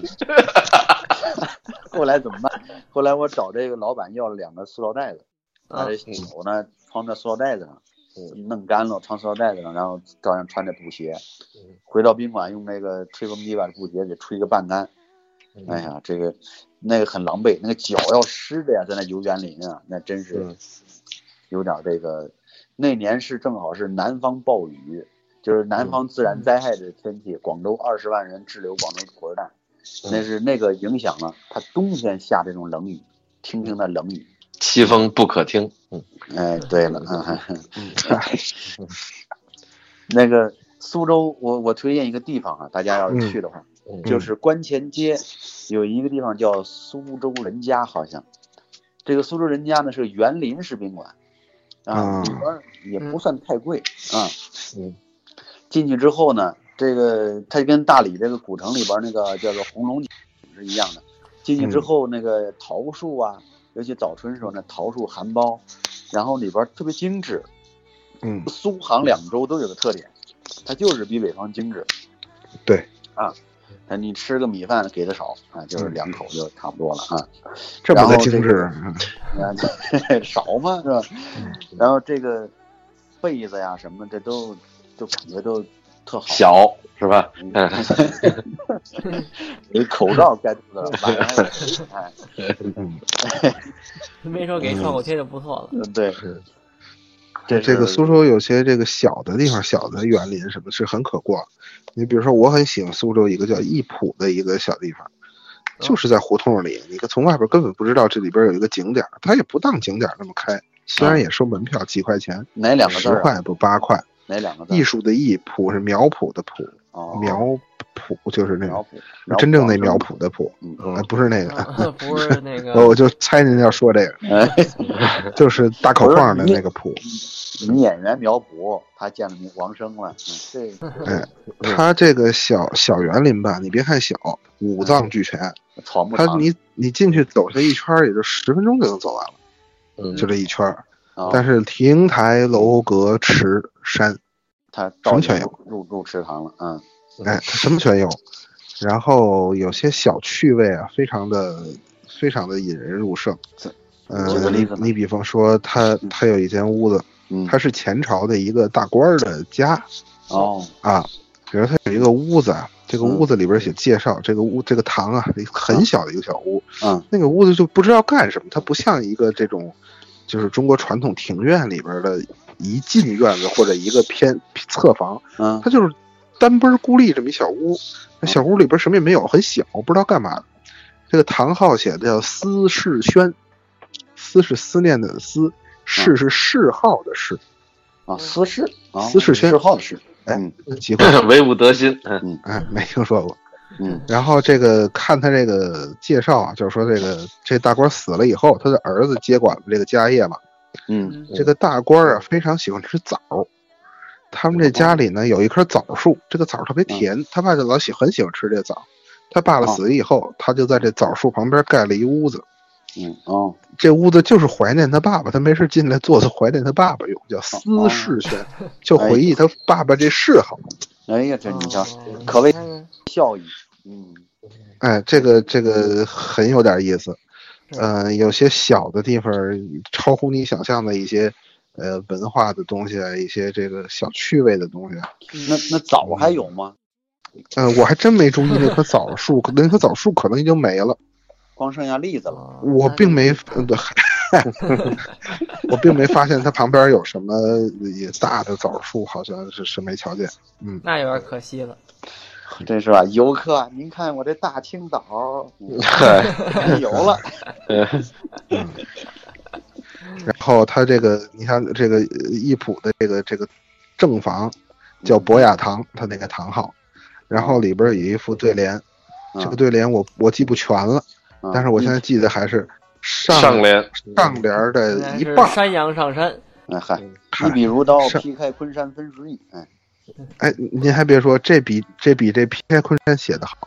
Speaker 3: 后来怎么办？后来我找这个老板要了两个塑料袋子，把
Speaker 2: 啊
Speaker 3: 这手呢装在塑料袋子上，弄干了穿塑料袋子上，然后照样穿着布鞋，回到宾馆用那个吹风机把布鞋给吹个半干。哎呀，这个那个很狼狈，那个脚要湿的呀，在那油园里呢，那真是
Speaker 4: 嗯
Speaker 3: 有点这个。那年是正好是南方暴雨，就是南方自然灾害的天气，广州二十万人滞留广州火车站，那是那个影响了它冬天下这种冷雨，听听那冷雨。
Speaker 5: 其风不可听，嗯，
Speaker 3: 哎，对了，嗯， 那个苏州，我我推荐一个地方啊，大家要是去的话，
Speaker 5: 嗯
Speaker 3: 就是观前街有一个地方叫苏州人家，好像这个苏州人家呢是园林式宾馆啊，
Speaker 4: 啊
Speaker 3: 里边儿也不算太贵啊。
Speaker 5: 嗯，
Speaker 3: 进去之后呢，这个它就跟大理这个古城里边儿那个叫做红龙井是一样的。进
Speaker 5: 嗯
Speaker 3: 去之后，那个桃树啊，尤其早春时候那桃树含苞，然后里边儿特别精致，
Speaker 4: 嗯，
Speaker 3: 苏杭两州都有个特点，它就是比北方精致。
Speaker 4: 对
Speaker 3: 啊，那你吃个米饭给的少啊，就是两口就差不多了啊，
Speaker 4: 嗯这么
Speaker 3: 然
Speaker 4: 的
Speaker 3: 后
Speaker 4: 精
Speaker 3: 这嗯
Speaker 4: 致，嗯
Speaker 3: 然后啊 少嘛是吧？然后这个被子呀什么的，这都就感觉都特好。
Speaker 5: 小是吧？嗯，
Speaker 3: 给口罩盖住的，晚上还有被哎，
Speaker 4: 嗯，
Speaker 2: 没说给创口贴就不错了。
Speaker 3: 嗯对，
Speaker 4: 这
Speaker 3: 是
Speaker 4: 个苏州有些这个小的地方、小的园林什么是很可逛。你比如说，我很喜欢苏州一个叫易浦的一个小地方，就是在胡同里，你从外边根本不知道这里边有一个景点，它也不当景点那么开，虽然也收门票几块钱，
Speaker 3: 哪啊两个字
Speaker 4: 十
Speaker 3: 儿啊？
Speaker 4: 块不八块。
Speaker 3: 哪两个字儿？
Speaker 4: 艺术的艺，浦是苗圃的圃，
Speaker 3: 哦，
Speaker 4: 苗圃就是那
Speaker 3: 苗
Speaker 4: 个
Speaker 3: 圃，苗圃啊
Speaker 4: 真正那苗圃的圃，
Speaker 3: 嗯
Speaker 4: 呃不是那个。
Speaker 2: 啊 不是那
Speaker 4: 呃我
Speaker 2: 个，
Speaker 4: 我就猜您要说这个，
Speaker 3: 哎，
Speaker 4: 就是大烤框的那个圃。
Speaker 3: 女演员苗圃，她见了王声了，嗯
Speaker 4: 它这个小小园林吧，你别看小，五脏俱全。
Speaker 3: 这草木
Speaker 4: 它
Speaker 3: 嗯长
Speaker 4: 你你进去走下一圈儿，也就十分钟就能走完了，
Speaker 5: 嗯
Speaker 4: 就这一圈儿。
Speaker 3: 啊，
Speaker 4: 但是亭台楼阁池山，
Speaker 3: 他
Speaker 4: 什
Speaker 3: 照
Speaker 4: 么全
Speaker 3: 入入入池塘了，嗯，
Speaker 4: 哎，它什么全有。然后有些小趣味啊，非常的非常的引人入胜
Speaker 3: 这。举
Speaker 4: 呃
Speaker 3: 个例子，呢
Speaker 4: 你比方说，它它有一间屋子，
Speaker 3: 嗯
Speaker 4: 它是前朝的一个大官儿的家，
Speaker 3: 哦，
Speaker 4: 啊，比如它有一个屋子啊，这
Speaker 3: 嗯
Speaker 4: 个屋子里边写介绍，这个屋这个堂啊，一个很小的一个小屋，
Speaker 3: 嗯，
Speaker 4: 那个屋子就不知道干什么，它不像一个这种，就是中国传统庭院里边的一进院子或者一个偏侧房，
Speaker 3: 嗯
Speaker 4: 它就是单奔孤立这么一小屋，那小屋里边什么也没有，很小，不知道干嘛的。这个堂号写的叫思世轩，思是思念的
Speaker 3: 嗯
Speaker 4: 思，世是谥号的谥，
Speaker 3: 啊，私事，啊
Speaker 4: 私事轩
Speaker 3: 谥号的事，
Speaker 4: 哎
Speaker 3: 嗯
Speaker 4: 机会
Speaker 5: 唯吾德馨，嗯
Speaker 4: 哎没听说过。
Speaker 3: 嗯
Speaker 4: 然后这个看他这个介绍啊，就是说这个这大官死了以后，他的儿子接管了这个家业嘛。
Speaker 3: 嗯，
Speaker 4: 这个大官啊非常喜欢吃枣，他们这家里呢有一棵枣树，这个枣特别甜，他爸就老喜很喜欢吃这枣。他爸爸死了以后，他就在这枣树旁边盖了一屋子，
Speaker 3: 嗯，哦，
Speaker 4: 这屋子就是怀念他爸爸，他没事进来坐坐怀念他爸爸用，叫思世轩，就回忆他爸爸这嗜好。
Speaker 3: 哎呀，这你瞧，
Speaker 2: 哦
Speaker 3: 可谓
Speaker 2: 看看
Speaker 3: 效益，嗯，
Speaker 4: 哎，这个这个很有点意思，呃，有些小的地方儿超乎你想象的一些，呃，文化的东西啊，一些这个小趣味的东西啊，
Speaker 3: 那那枣还有吗？
Speaker 4: 呃，我还真没注意那棵枣树，可那棵枣树可能已经没了，
Speaker 3: 光剩下栗子了，
Speaker 2: 哦
Speaker 4: 我并没，呃对， 我并没发现它旁边有什么也大的枣树，好像是是没瞧见，嗯，
Speaker 2: 那有点可惜了。
Speaker 3: 真是吧？游客啊，您看我这大青 枣，嗯没油了，
Speaker 4: 嗯然后它这个，你看这个呃易普的这个这个正房叫博雅堂，它那个堂号，然后里边有一副对联，
Speaker 3: 嗯
Speaker 4: 这个对联我我记不全了，
Speaker 3: 嗯
Speaker 4: 但是我现在记得还是上
Speaker 5: 上联，
Speaker 4: 上联
Speaker 2: 应
Speaker 4: 的
Speaker 2: 该
Speaker 4: 呃一
Speaker 2: 是
Speaker 4: 半儿，
Speaker 2: 山羊上山，
Speaker 3: 哎嗨，
Speaker 4: 嗨
Speaker 3: 一笔如刀，
Speaker 4: 是
Speaker 3: 劈开昆山分十里，哎，
Speaker 4: 哎，您还别说，这比这比这劈开昆山写的好，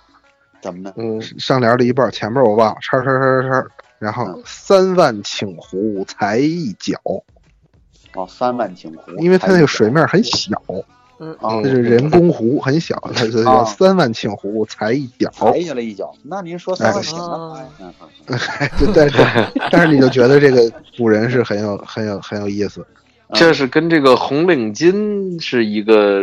Speaker 3: 怎么呢？
Speaker 5: 嗯，
Speaker 4: 上联的一半儿，前面我忘了，叉叉叉叉叉，然后
Speaker 3: 嗯
Speaker 4: 三万顷湖才一角，
Speaker 3: 哦，三万顷湖，
Speaker 4: 因为它那个水面很小，
Speaker 3: 啊
Speaker 4: 它，是人工湖，很小，它它
Speaker 3: 啊
Speaker 4: 叫三万顷湖才一角。
Speaker 3: 抬 下来一脚。那您说三万顷呢？
Speaker 2: 哎
Speaker 3: 哎嗯嗯嗯
Speaker 4: 就但是 但是你就觉得这个古人是很有很有很有意思，
Speaker 5: 这是跟这个红领巾是一个，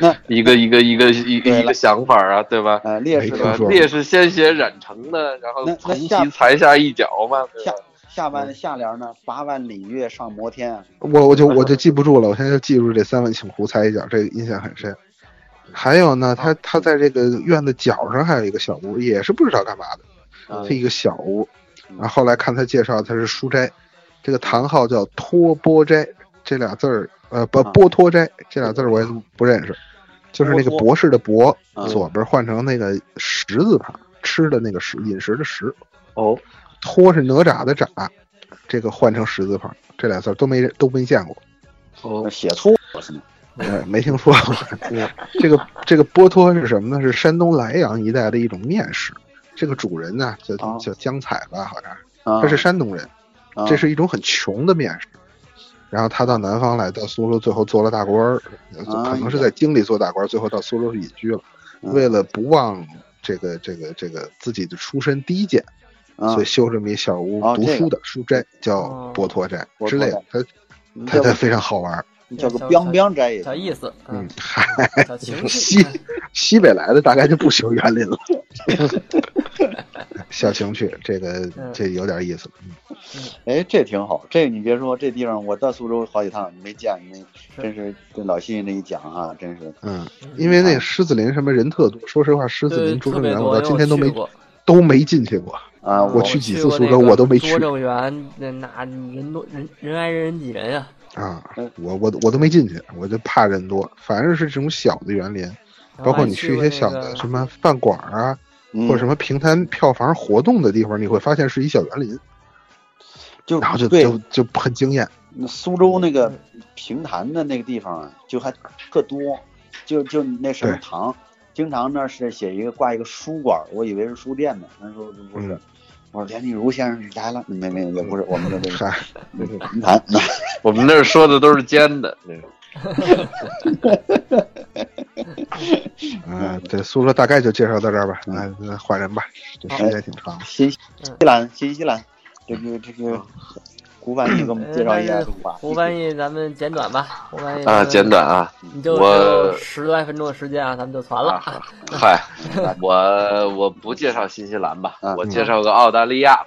Speaker 3: 那
Speaker 5: 一个一个一个一
Speaker 3: 对了
Speaker 5: 个一个想法啊，对吧？
Speaker 3: 呃，烈士
Speaker 4: 没
Speaker 5: 对吧
Speaker 4: 听说过
Speaker 5: 烈士鲜血染成的，然后
Speaker 3: 那那
Speaker 5: 红旗
Speaker 3: 下
Speaker 5: 裁下一角嘛，对吧
Speaker 3: 下下半下联呢？八万里月上摩天。啊
Speaker 4: 我我就我就记不住了，我现在就记住这三万顷湖才一角，这个印象很深。还有呢，
Speaker 3: 啊
Speaker 4: 他他在这个院子角上还有一个小屋，也是不知道干嘛
Speaker 3: 啊
Speaker 4: 的，是一个小屋。
Speaker 3: 嗯
Speaker 4: 然后后来看他介绍，他是书斋，这个堂号叫托钵斋，这俩字儿，呃，不
Speaker 3: 啊
Speaker 4: 波托斋这俩字儿我也不认识，就是那个
Speaker 3: 波托
Speaker 4: 博士的博
Speaker 3: 啊，
Speaker 4: 左边换成那个食字旁，吃的那个食，饮食的食。
Speaker 5: 哦，
Speaker 4: 托是哪吒的吒，这个换成十字旁，这俩字儿都没人都没见过。
Speaker 5: 哦，
Speaker 3: 写错了是吗？
Speaker 4: 呃，没听说过。 嗯这个这个波托是什么呢？是山东莱阳一带的一种面食。这个主人呢叫
Speaker 3: 哦
Speaker 4: 叫江彩吧，好像是
Speaker 3: 啊，
Speaker 4: 他是山东人，
Speaker 3: 啊
Speaker 4: 这是一种很穷的面食。然后他到南方来，到苏州，最后做了大官儿，呃
Speaker 3: 哎呀
Speaker 4: 可能是在京里做大官儿，最后到苏州去隐居了。
Speaker 3: 嗯
Speaker 4: 为了不忘这个这个这个自己的出身低贱，
Speaker 3: 啊
Speaker 4: 所以修这么一小屋
Speaker 3: 哦
Speaker 4: 读
Speaker 3: 这个
Speaker 4: 书的书斋，叫
Speaker 2: 哦
Speaker 4: 波托斋
Speaker 3: 波
Speaker 4: 之类的
Speaker 3: 托。嗯
Speaker 4: 它
Speaker 3: 你
Speaker 4: 它
Speaker 3: 叫
Speaker 4: 它
Speaker 3: 个
Speaker 4: 非常好玩儿。
Speaker 3: 你叫个 biang biang 斋也
Speaker 2: 小
Speaker 3: 行
Speaker 2: 意思，
Speaker 4: 嗯
Speaker 2: 嗯，，
Speaker 4: 嗨，
Speaker 2: 小情绪嗯
Speaker 4: 西，西北来的大概就不修园 林了。小情趣，这个
Speaker 2: 嗯
Speaker 4: 这有点意思。
Speaker 3: 哎，这挺好，这你别说，这地方我到苏州好几趟没见，那真是跟老谢这一讲啊，真是
Speaker 4: 嗯，因为那个狮子林什么人特多，说实话，狮子
Speaker 2: 对，
Speaker 4: 林、朱
Speaker 2: 特
Speaker 4: 正
Speaker 2: 别
Speaker 4: 园，
Speaker 2: 多，
Speaker 4: 我到今天都
Speaker 2: 因为
Speaker 4: 没
Speaker 2: 我去过。
Speaker 4: 都没进去过。
Speaker 3: 啊，
Speaker 4: 我去几次苏州我都没去
Speaker 2: 拙政园那那人多人人挨人人挤人啊，
Speaker 4: 啊
Speaker 3: 嗯，
Speaker 4: 我我我都没进去，我就怕人多。反正是这种小的园林，
Speaker 2: 然后
Speaker 4: 包括
Speaker 2: 还
Speaker 4: 你
Speaker 2: 去
Speaker 4: 去一
Speaker 2: 过那
Speaker 4: 些小
Speaker 2: 个
Speaker 4: 的什么饭馆啊，
Speaker 3: 嗯
Speaker 4: 或者什么平摊票房活动的地方，你会发现是一小园林，
Speaker 3: 就
Speaker 4: 然后就
Speaker 3: 对
Speaker 4: 就就很惊艳。
Speaker 3: 那苏州那个平潭的那个地方啊，就还特多，就就那什么
Speaker 4: 对
Speaker 3: 堂，经常那是写一个挂一个书馆，我以为是书店呢，他说不是，
Speaker 4: 嗯
Speaker 3: 我说梁静茹先生来了，没没也不是我们 的这个
Speaker 4: 嗨，
Speaker 3: 平潭，
Speaker 5: 我们那儿说的都是尖的，对
Speaker 4: 啊，对，苏州大概就介绍到这儿吧。那那换人吧，这时间挺长了。
Speaker 3: 新西兰新西兰，这个这个胡翻译给我们介绍一下这个吧，
Speaker 2: 胡翻译，咱们简短吧，胡翻译
Speaker 5: 啊，简，短啊，
Speaker 2: 你就
Speaker 5: 我
Speaker 2: 只有十来分钟的时间啊，咱们就传了。
Speaker 5: 啊嗨， 我我不介绍新西兰吧
Speaker 3: 嗯，
Speaker 5: 我介绍个澳大利亚，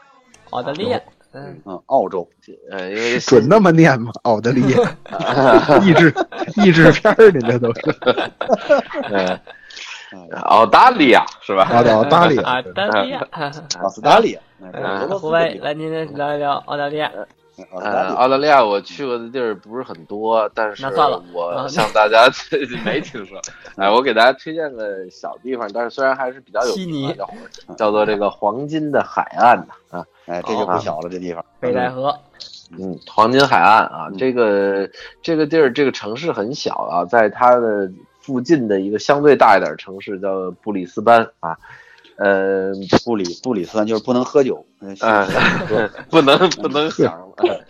Speaker 2: 澳大利亚，嗯，
Speaker 3: 嗯，澳洲，
Speaker 5: 呃，因 为
Speaker 4: 准那么念吗？哦澳大利 亚，励志励志片儿，你这 都是
Speaker 5: 呃，澳大利亚是吧？
Speaker 4: 澳大澳大利
Speaker 2: 澳
Speaker 4: 亚。
Speaker 2: 大利亚，
Speaker 3: 澳大利亚，嗯
Speaker 5: 啊
Speaker 3: 俄
Speaker 2: 哎
Speaker 3: 罗斯
Speaker 2: 胡
Speaker 3: 的
Speaker 2: 翻译，
Speaker 3: 地方
Speaker 2: 来，您聊一聊澳大利亚，
Speaker 3: 嗯澳大
Speaker 5: 呃，
Speaker 3: 利亚
Speaker 5: 澳大利亚我去过的地儿不是很多，但是
Speaker 2: 那算了
Speaker 5: 我
Speaker 2: 啊
Speaker 5: 向大家 没听说。哎，我给大家推荐个小地方，但是虽然还是比较有
Speaker 2: 悉尼
Speaker 5: 名的，叫叫做这个黄金的海岸呐啊，
Speaker 3: 哎，这就不小了，这地方，
Speaker 2: 北戴河，
Speaker 5: 嗯，黄金海岸啊
Speaker 3: 嗯，
Speaker 5: 这个这个地儿这个城市很小啊，在它的附近的一个相对大一点的城市叫布里斯班啊，呃，
Speaker 3: 布里布里斯班就是不能喝酒，嗯，
Speaker 5: 嗯， 不能不能想 了。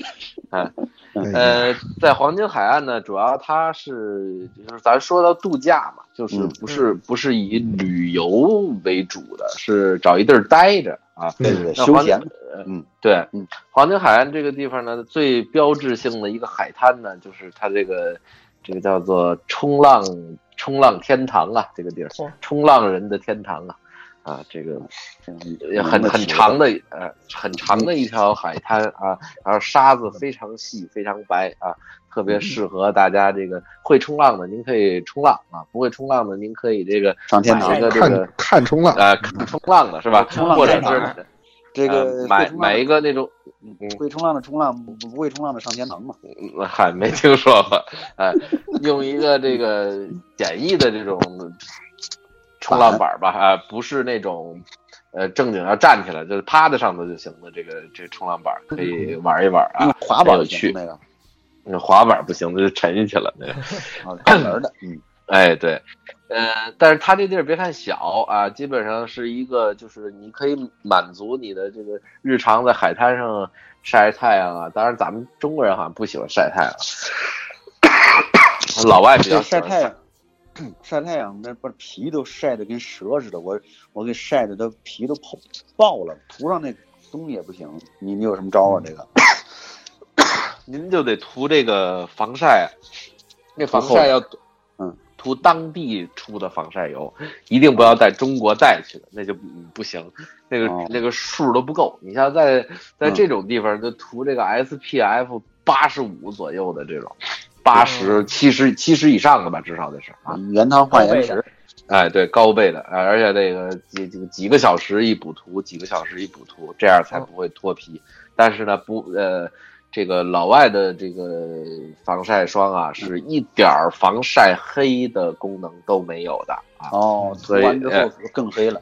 Speaker 4: 哎
Speaker 5: 呃，在黄金海岸呢，主要它是就是咱说到度假嘛，就是
Speaker 3: 嗯
Speaker 5: 不是、不是以旅游为主的，是找一地儿待着啊。
Speaker 3: 对对对，
Speaker 5: 那
Speaker 3: 嗯休
Speaker 5: 黄金
Speaker 3: 闲，
Speaker 5: 呃
Speaker 3: 嗯
Speaker 5: 对，
Speaker 3: 嗯，
Speaker 5: 黄金海岸这个地方呢，最标志性的一个海滩呢，就是它这个这个叫做冲浪冲浪天堂啊，这个地儿
Speaker 2: 哇，
Speaker 5: 冲浪人的天堂啊，啊，这个
Speaker 3: 嗯
Speaker 5: 也很很长的呃很长的一条海滩啊，然后沙子非常细非常白啊，特
Speaker 3: 嗯
Speaker 5: 别适合大家这个会冲浪的您可以冲浪啊，不会冲浪的您可以这个
Speaker 3: 上天
Speaker 5: 买
Speaker 3: 堂
Speaker 5: 一。个这
Speaker 4: 看
Speaker 5: 个
Speaker 4: 看冲
Speaker 3: 啊
Speaker 4: 浪，
Speaker 5: 呃看冲浪的是吧？
Speaker 3: 冲浪
Speaker 5: 或者
Speaker 3: 在哪儿
Speaker 5: 是
Speaker 3: 这
Speaker 5: 呃
Speaker 3: 个
Speaker 5: 买买一个那种
Speaker 3: 个会冲浪的冲浪，不不会冲浪的上天堂嘛。
Speaker 5: 嗯 嗨，没听说过。哎，用一个这个简易的这种冲浪板儿吧，啊，不是那种呃正经要站起来就是趴在上头就行的这个这冲浪板儿可以玩一玩啊。
Speaker 3: 滑板
Speaker 5: 有
Speaker 3: 就行
Speaker 5: 趣
Speaker 3: 那个，
Speaker 5: 那滑板儿不行，那就沉下去了。那个，
Speaker 3: 啊，打轮儿的，嗯，
Speaker 5: 哎，对，呃，但是它这地儿别看小啊，基本上是一个就是你可以满足你的这个日常在海滩上晒晒太阳啊。当然，咱们中国人好像不喜欢晒 太阳，老外 比较
Speaker 3: 这
Speaker 5: 喜
Speaker 3: 晒
Speaker 5: 欢
Speaker 3: 太阳， 晒太阳那把皮都晒得跟蛇似的，我我给晒的都皮都泡爆了，涂上那东西也不行。你你有什么招
Speaker 5: 嗯
Speaker 3: 啊？这个
Speaker 5: 您就得涂这个防晒，那防
Speaker 3: 涂厚
Speaker 5: 晒要涂
Speaker 3: 嗯
Speaker 5: 涂当地出的防晒油，一定不要在中国带去的，那就嗯不行，那个、
Speaker 3: 哦
Speaker 5: 那个数都不够。你像在在
Speaker 3: 嗯
Speaker 5: 这种地方就涂这个 SPF 八十五左右的这种，八
Speaker 3: 哦
Speaker 5: 十七十七十以上的吧，至少得是啊，
Speaker 3: 原汤化
Speaker 2: 高
Speaker 3: 原
Speaker 2: 倍的
Speaker 3: 石，
Speaker 5: 哎对，高倍的，啊而且那个几几几个小时一补涂，几个小时一补涂，这样才不会脱皮。但是呢，不呃，这个老外的这个防晒霜
Speaker 2: 嗯
Speaker 5: 啊，是一点儿防晒黑的功能都没有的啊。
Speaker 3: 哦，涂
Speaker 5: 所以
Speaker 3: 完之后
Speaker 5: 呃
Speaker 3: 更黑了。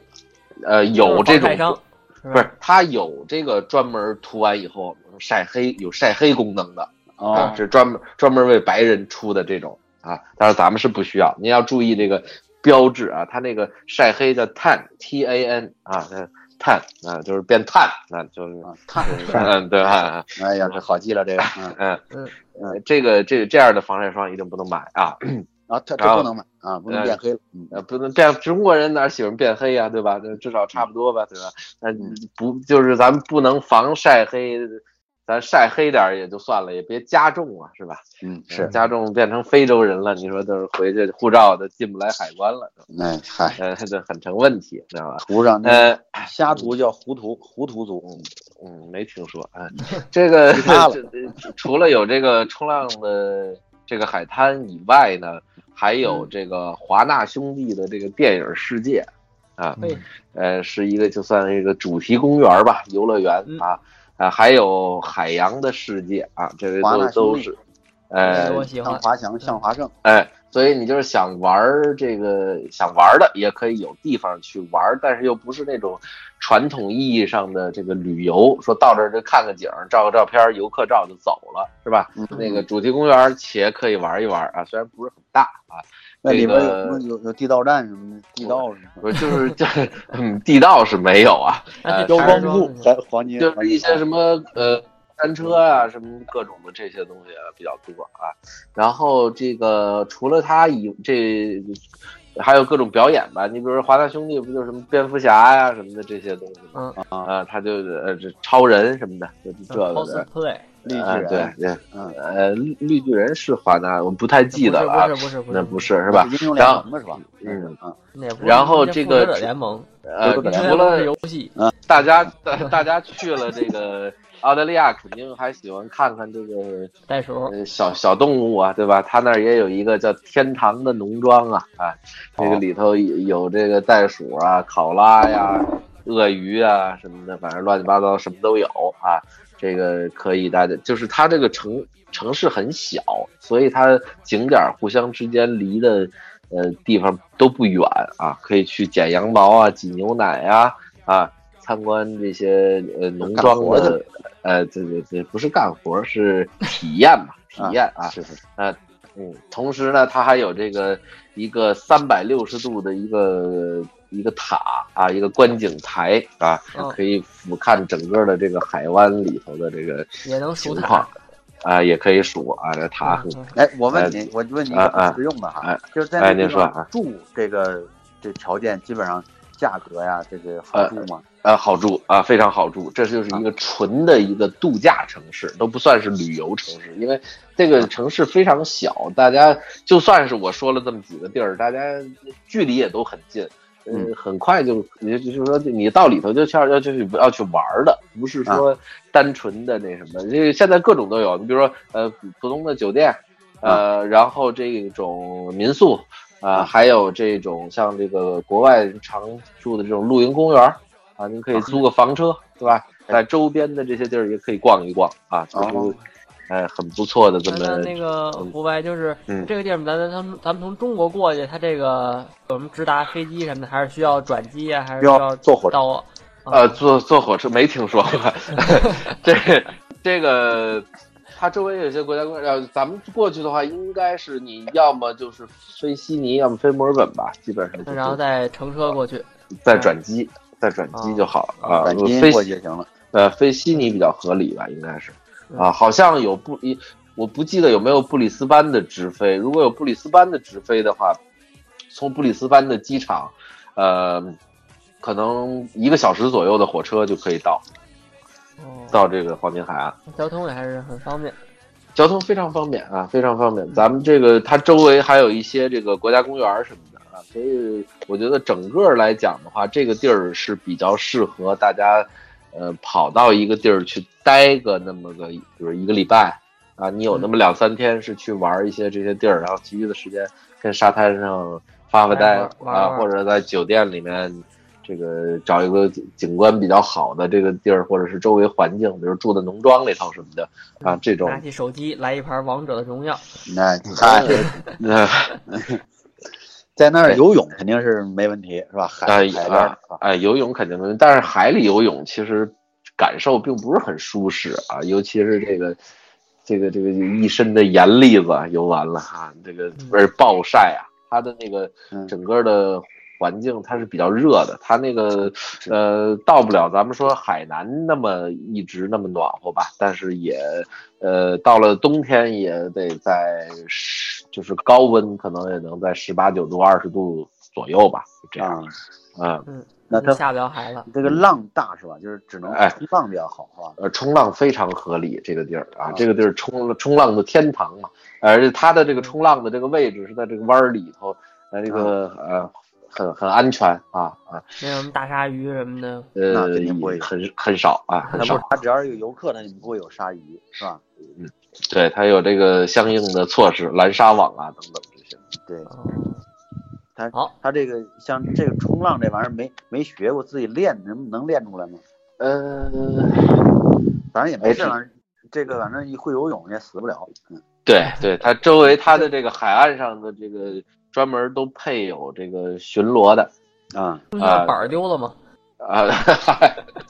Speaker 5: 呃，有
Speaker 2: 就是
Speaker 5: 这
Speaker 2: 防晒
Speaker 5: 种
Speaker 2: 伤，
Speaker 5: 不是它有这个专门涂完以后晒黑有晒黑功能的
Speaker 3: 哦
Speaker 5: 啊，，是专门专门为白人出的这种啊。但是咱们是不需要，您要注意这个标志啊，它那个晒黑的碳 T A N 啊，呃碳啊就是变碳，那就是
Speaker 3: 啊，看，
Speaker 5: 嗯对啊。
Speaker 3: 哎呀，这好记了这个，嗯，
Speaker 5: 嗯
Speaker 2: 嗯
Speaker 5: 嗯，这个这这样的防晒霜一定不能买啊！
Speaker 3: 啊，它
Speaker 5: 然
Speaker 3: 这
Speaker 5: 后
Speaker 3: 不能买啊，不能变黑了，嗯，
Speaker 5: 呃，不能这样，中国人哪喜欢变黑呀、啊对吧？那至少差不多吧，对吧？那
Speaker 3: 嗯
Speaker 5: 不就是咱们不能防晒黑，咱晒黑点儿也就算了，也别加重啊，是吧？
Speaker 3: 嗯，是，
Speaker 5: 加重变成非洲人了，你说就是回去护照都进不来海关了，
Speaker 3: 哎，嗨，
Speaker 5: 呃，这很成问题，知道吧？
Speaker 3: 涂上那
Speaker 5: 呃，
Speaker 3: 瞎涂叫糊涂，糊涂族，
Speaker 5: 嗯，没听说 啊。这个
Speaker 3: 其他了
Speaker 5: 这这除了有这个冲浪的这个海滩以外呢，还
Speaker 3: 嗯
Speaker 5: 有这个华纳兄弟的这个电影世界啊，
Speaker 2: 对
Speaker 5: 呃，是一个就算是一个主题公园吧，游乐园
Speaker 2: 嗯
Speaker 5: 啊啊，还有海洋的世界啊，这些
Speaker 3: 华
Speaker 5: 都
Speaker 3: 纳
Speaker 5: 都
Speaker 3: 兄弟
Speaker 5: 是，
Speaker 2: 这
Speaker 5: 呃
Speaker 2: 个，我喜
Speaker 3: 向
Speaker 2: 欢。
Speaker 3: 华强，向华正，
Speaker 5: 哎，所以你就是想玩儿这个想玩儿的，也可以有地方去玩儿，但是又不是那种传统意义上的这个旅游，说到这儿就看个景儿，照个照片儿，游客照就走了，是吧？
Speaker 3: 嗯
Speaker 5: 那个主题公园儿且可以玩一玩啊，虽然不是很大啊，
Speaker 3: 那里边有
Speaker 5: 这
Speaker 3: 什
Speaker 5: 个
Speaker 3: 么有有地道战什么的，地道什么
Speaker 5: 不是就是就是嗯，地道是没有啊，
Speaker 2: 那
Speaker 5: 呃
Speaker 2: 这
Speaker 3: 的，
Speaker 5: 标
Speaker 2: 还
Speaker 3: 腰
Speaker 5: 光
Speaker 2: 是
Speaker 3: 光
Speaker 2: 说
Speaker 3: 裤，还黄金，啊
Speaker 5: 就是一些什
Speaker 3: 么
Speaker 5: 么呃单车啊，什么各种的这些东西啊比较多啊。然后这个除了他以这还有各种表演吧，你比如说华纳兄弟不就是什么蝙蝠侠呀、什么的这些东西吗？
Speaker 2: 嗯
Speaker 3: 啊，
Speaker 5: 啊，他就是呃这超人什么的，就是这个的。
Speaker 2: cosplay
Speaker 3: 绿
Speaker 5: 啊
Speaker 3: 巨人，
Speaker 5: 对，
Speaker 3: 嗯
Speaker 5: 呃，绿绿巨人是华纳，我不太记得了啊，
Speaker 2: 不是不是
Speaker 5: 那
Speaker 2: 不
Speaker 5: 不
Speaker 2: 是，
Speaker 5: 是是
Speaker 3: 是
Speaker 5: 吧？
Speaker 3: 英雄联
Speaker 5: 然后
Speaker 3: 盟的是吧？
Speaker 5: 嗯
Speaker 3: 啊，
Speaker 2: 那也不是
Speaker 5: 然后
Speaker 2: 那
Speaker 5: 这
Speaker 2: 复仇
Speaker 5: 个
Speaker 2: 者联盟，
Speaker 5: 呃，
Speaker 3: 有
Speaker 5: 除
Speaker 2: 复
Speaker 3: 可能
Speaker 2: 仇者联
Speaker 5: 了
Speaker 2: 盟是游戏，
Speaker 5: 大家大大家去了这个澳大利亚，肯定还喜欢看看这个
Speaker 2: 袋鼠
Speaker 5: 呃小小动物啊，对吧？他那儿也有一个叫天堂的农庄啊啊，这个里头有有这个袋鼠啊、考拉呀、鳄鱼啊什么的，反正乱七八糟什么都有啊。这个可以大家就是它这个城城市很小，所以它景点儿互相之间离的呃地方都不远啊，可以去剪羊毛啊、挤牛奶呀啊参观这些呃农
Speaker 3: 干
Speaker 5: 庄
Speaker 3: 活的
Speaker 5: 的呃，这这这不是干活，是体验吧？体验啊，
Speaker 3: 是是，
Speaker 5: 嗯，同时呢，它还有这个一个三百六十度的一个一个塔啊，一个观景台啊，
Speaker 3: 哦
Speaker 2: 嗯
Speaker 5: 可以俯瞰整个的这个海湾里头的这个
Speaker 2: 也能数
Speaker 5: 情
Speaker 2: 塔
Speaker 5: 况，啊，也可以数啊，这塔很
Speaker 2: 嗯
Speaker 3: 哎，我问你，我问你一个
Speaker 5: 啊啊
Speaker 3: 很实用的哈
Speaker 5: 哎，
Speaker 3: 就是在
Speaker 5: 哎
Speaker 3: 那
Speaker 5: 您
Speaker 3: 地
Speaker 5: 说
Speaker 3: 方
Speaker 5: 啊
Speaker 3: 住这个这条件基本上价格呀，这个好
Speaker 5: 呃
Speaker 3: 住吗？
Speaker 5: 呃，好住啊，非常好住。这就是
Speaker 2: 啊
Speaker 5: 一个纯的一个度假城市，都不算是旅游城市，因为这
Speaker 2: 啊
Speaker 5: 个城市非常小，大家就算是我说了这么几个地儿，大家距离也都很近，嗯，很快就也就是说你到里头就要要去要去玩儿的，不是说单纯的那什么，因为现在各种都有，你比如说呃普通的酒店，呃，然后这种民宿。啊，还有这种像这个国外常住的这种露营公园儿，啊，您可以租个房车，对吧？在周边的这些地儿也可以逛一逛啊，就是
Speaker 3: 哦
Speaker 5: 呃很不错的这
Speaker 2: 那那那
Speaker 5: 么
Speaker 2: 个
Speaker 5: 嗯
Speaker 2: 胡白就是
Speaker 5: 嗯
Speaker 2: 这个地儿，咱咱咱们咱们从中国过去，它这个我们直达飞机什么的，还是需要转机啊，还是需
Speaker 3: 要
Speaker 2: 要
Speaker 3: 坐火车
Speaker 2: 到啊
Speaker 5: 呃坐坐火车没听说过， 这个这个它周围有些国家公园，呃，咱们过去的话，应该是你要么就是飞悉尼，要么飞墨尔本吧，基本上就
Speaker 2: 然后哦
Speaker 5: 是
Speaker 2: 再乘车过去，
Speaker 5: 再转机，再转机就好了啊。
Speaker 3: 北
Speaker 5: 如果
Speaker 3: 京
Speaker 5: 飞
Speaker 3: 过去就行了，
Speaker 5: 呃，飞悉尼比较合理吧，应该是
Speaker 2: 嗯
Speaker 5: 啊，好像有布一，我不记得有没有布里斯班的直飞，如果有布里斯班的直飞的话，从布里斯班的机场，呃，可能一个小时左右的火车就可以到
Speaker 2: 哦，
Speaker 5: 到这个黄金海岸。
Speaker 2: 交通也还是很方便。
Speaker 5: 交通非常方便啊，非常方
Speaker 2: 嗯
Speaker 5: 便。咱们这个它周围还有一些这个国家公园儿什么的啊，所以我觉得整个来讲的话，这个地儿是比较适合大家，呃，跑到一个地儿去待个那么个，比如一个礼拜啊，
Speaker 2: 嗯
Speaker 5: 你有那么两三天是去玩一些这些地儿，然后其余的时间跟沙滩上发发呆
Speaker 2: 哎玩玩
Speaker 5: 啊，
Speaker 2: 玩
Speaker 5: 或者在酒店里面。这个找一个景观比较好的这个地儿，或者是周围环境，比如住的农庄里头什么的啊，这种
Speaker 2: 拿起手机来一盘王者的荣耀，
Speaker 3: 那
Speaker 5: 嗯
Speaker 3: 他这
Speaker 5: 哎那
Speaker 3: 在那儿游泳肯定是没问题，是吧？海海
Speaker 5: 哎
Speaker 3: 边儿
Speaker 5: 啊，哎，游泳肯定没问题，但是海里游泳其实感受并不是很舒适啊，尤其是这个这个这个一身的盐粒子啊游完了哈、这个
Speaker 2: 嗯
Speaker 5: 不是暴晒啊，它的那个
Speaker 3: 嗯
Speaker 5: 整个的环境它是比较热的，它那个呃到不了咱们说海南那么一直那么暖和吧，但是也呃到了冬天也得在十就是高温可能也能在十八九度二十度左右吧，就这样
Speaker 3: 啊。
Speaker 5: 嗯。
Speaker 3: 那
Speaker 2: 就
Speaker 3: 他
Speaker 2: 下不了海了。
Speaker 3: 这个浪大是吧？就是只能
Speaker 5: 哎
Speaker 3: 冲浪比较好，是吧？
Speaker 5: 呃，冲浪非常合理，这个地儿啊
Speaker 3: 啊，
Speaker 5: 这个地儿冲冲浪的天堂嘛，呃而且它的
Speaker 3: 嗯
Speaker 5: 这个冲浪的这个位置是在这个湾儿里头，呃，这个
Speaker 3: 啊
Speaker 5: 呃很很安全啊啊，
Speaker 2: 那什么大鲨鱼什么的，
Speaker 5: 呃
Speaker 3: 那肯定不会，有
Speaker 5: 很很少啊，
Speaker 3: 他
Speaker 5: 很
Speaker 3: 不
Speaker 5: 少
Speaker 3: 是，，他只要是有游客，他就不会有鲨鱼，是吧？
Speaker 5: 对，它有这个相应的措施，拦沙网啊等等这些。
Speaker 3: 对
Speaker 5: 啊
Speaker 2: 哦
Speaker 3: 他
Speaker 2: 好，
Speaker 3: 他这个像这个冲浪这玩意儿没没学过，自己练能能练出来吗？
Speaker 5: 呃，
Speaker 3: 反正也
Speaker 5: 哎
Speaker 3: 没
Speaker 5: 这
Speaker 3: 这玩意儿，这个反正一会游泳也死不了。嗯，
Speaker 5: 对对，它周围它的这个海岸上的这个专门都配有这个巡逻的，
Speaker 3: 啊，
Speaker 2: 不是那板儿丢了吗？
Speaker 5: 啊，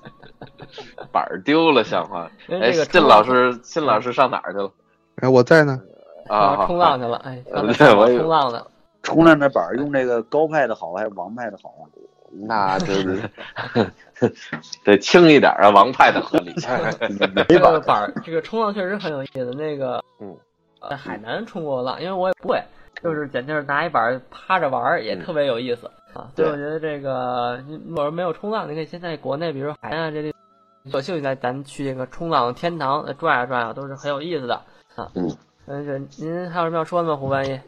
Speaker 5: 板儿丢了，像话。
Speaker 2: 因
Speaker 5: 哎
Speaker 2: 为这，个
Speaker 5: 靳
Speaker 2: 冲
Speaker 5: 老
Speaker 2: 浪嗯
Speaker 5: 师，靳老师上哪儿去了？
Speaker 4: 哎，我在呢，
Speaker 5: 啊，好
Speaker 2: 冲浪去了，哎，
Speaker 5: 呃
Speaker 2: 上哪儿
Speaker 5: 对
Speaker 2: 上哪儿
Speaker 5: 我以为
Speaker 2: 冲浪的，
Speaker 3: 冲浪这板儿用这个高派的好还是王派的好啊？
Speaker 5: 那对对 对，得轻一点啊，王派的 合理。
Speaker 2: 这个板儿，这个冲浪确实很有意思。那个，
Speaker 5: 嗯，
Speaker 2: 在海南冲过浪，因为我也不会，就是简就是拿一板儿趴着玩儿，也特别有意思、啊。所以
Speaker 5: 对
Speaker 2: 我觉得这个，你如果没有冲浪，你可以先在国内，比如海岸这地，有兴趣来咱们去这个冲浪天堂呃转呀转呀，都是很有意思的啊。
Speaker 5: 嗯，
Speaker 2: 嗯，这您还有什么要说的吗，胡半一？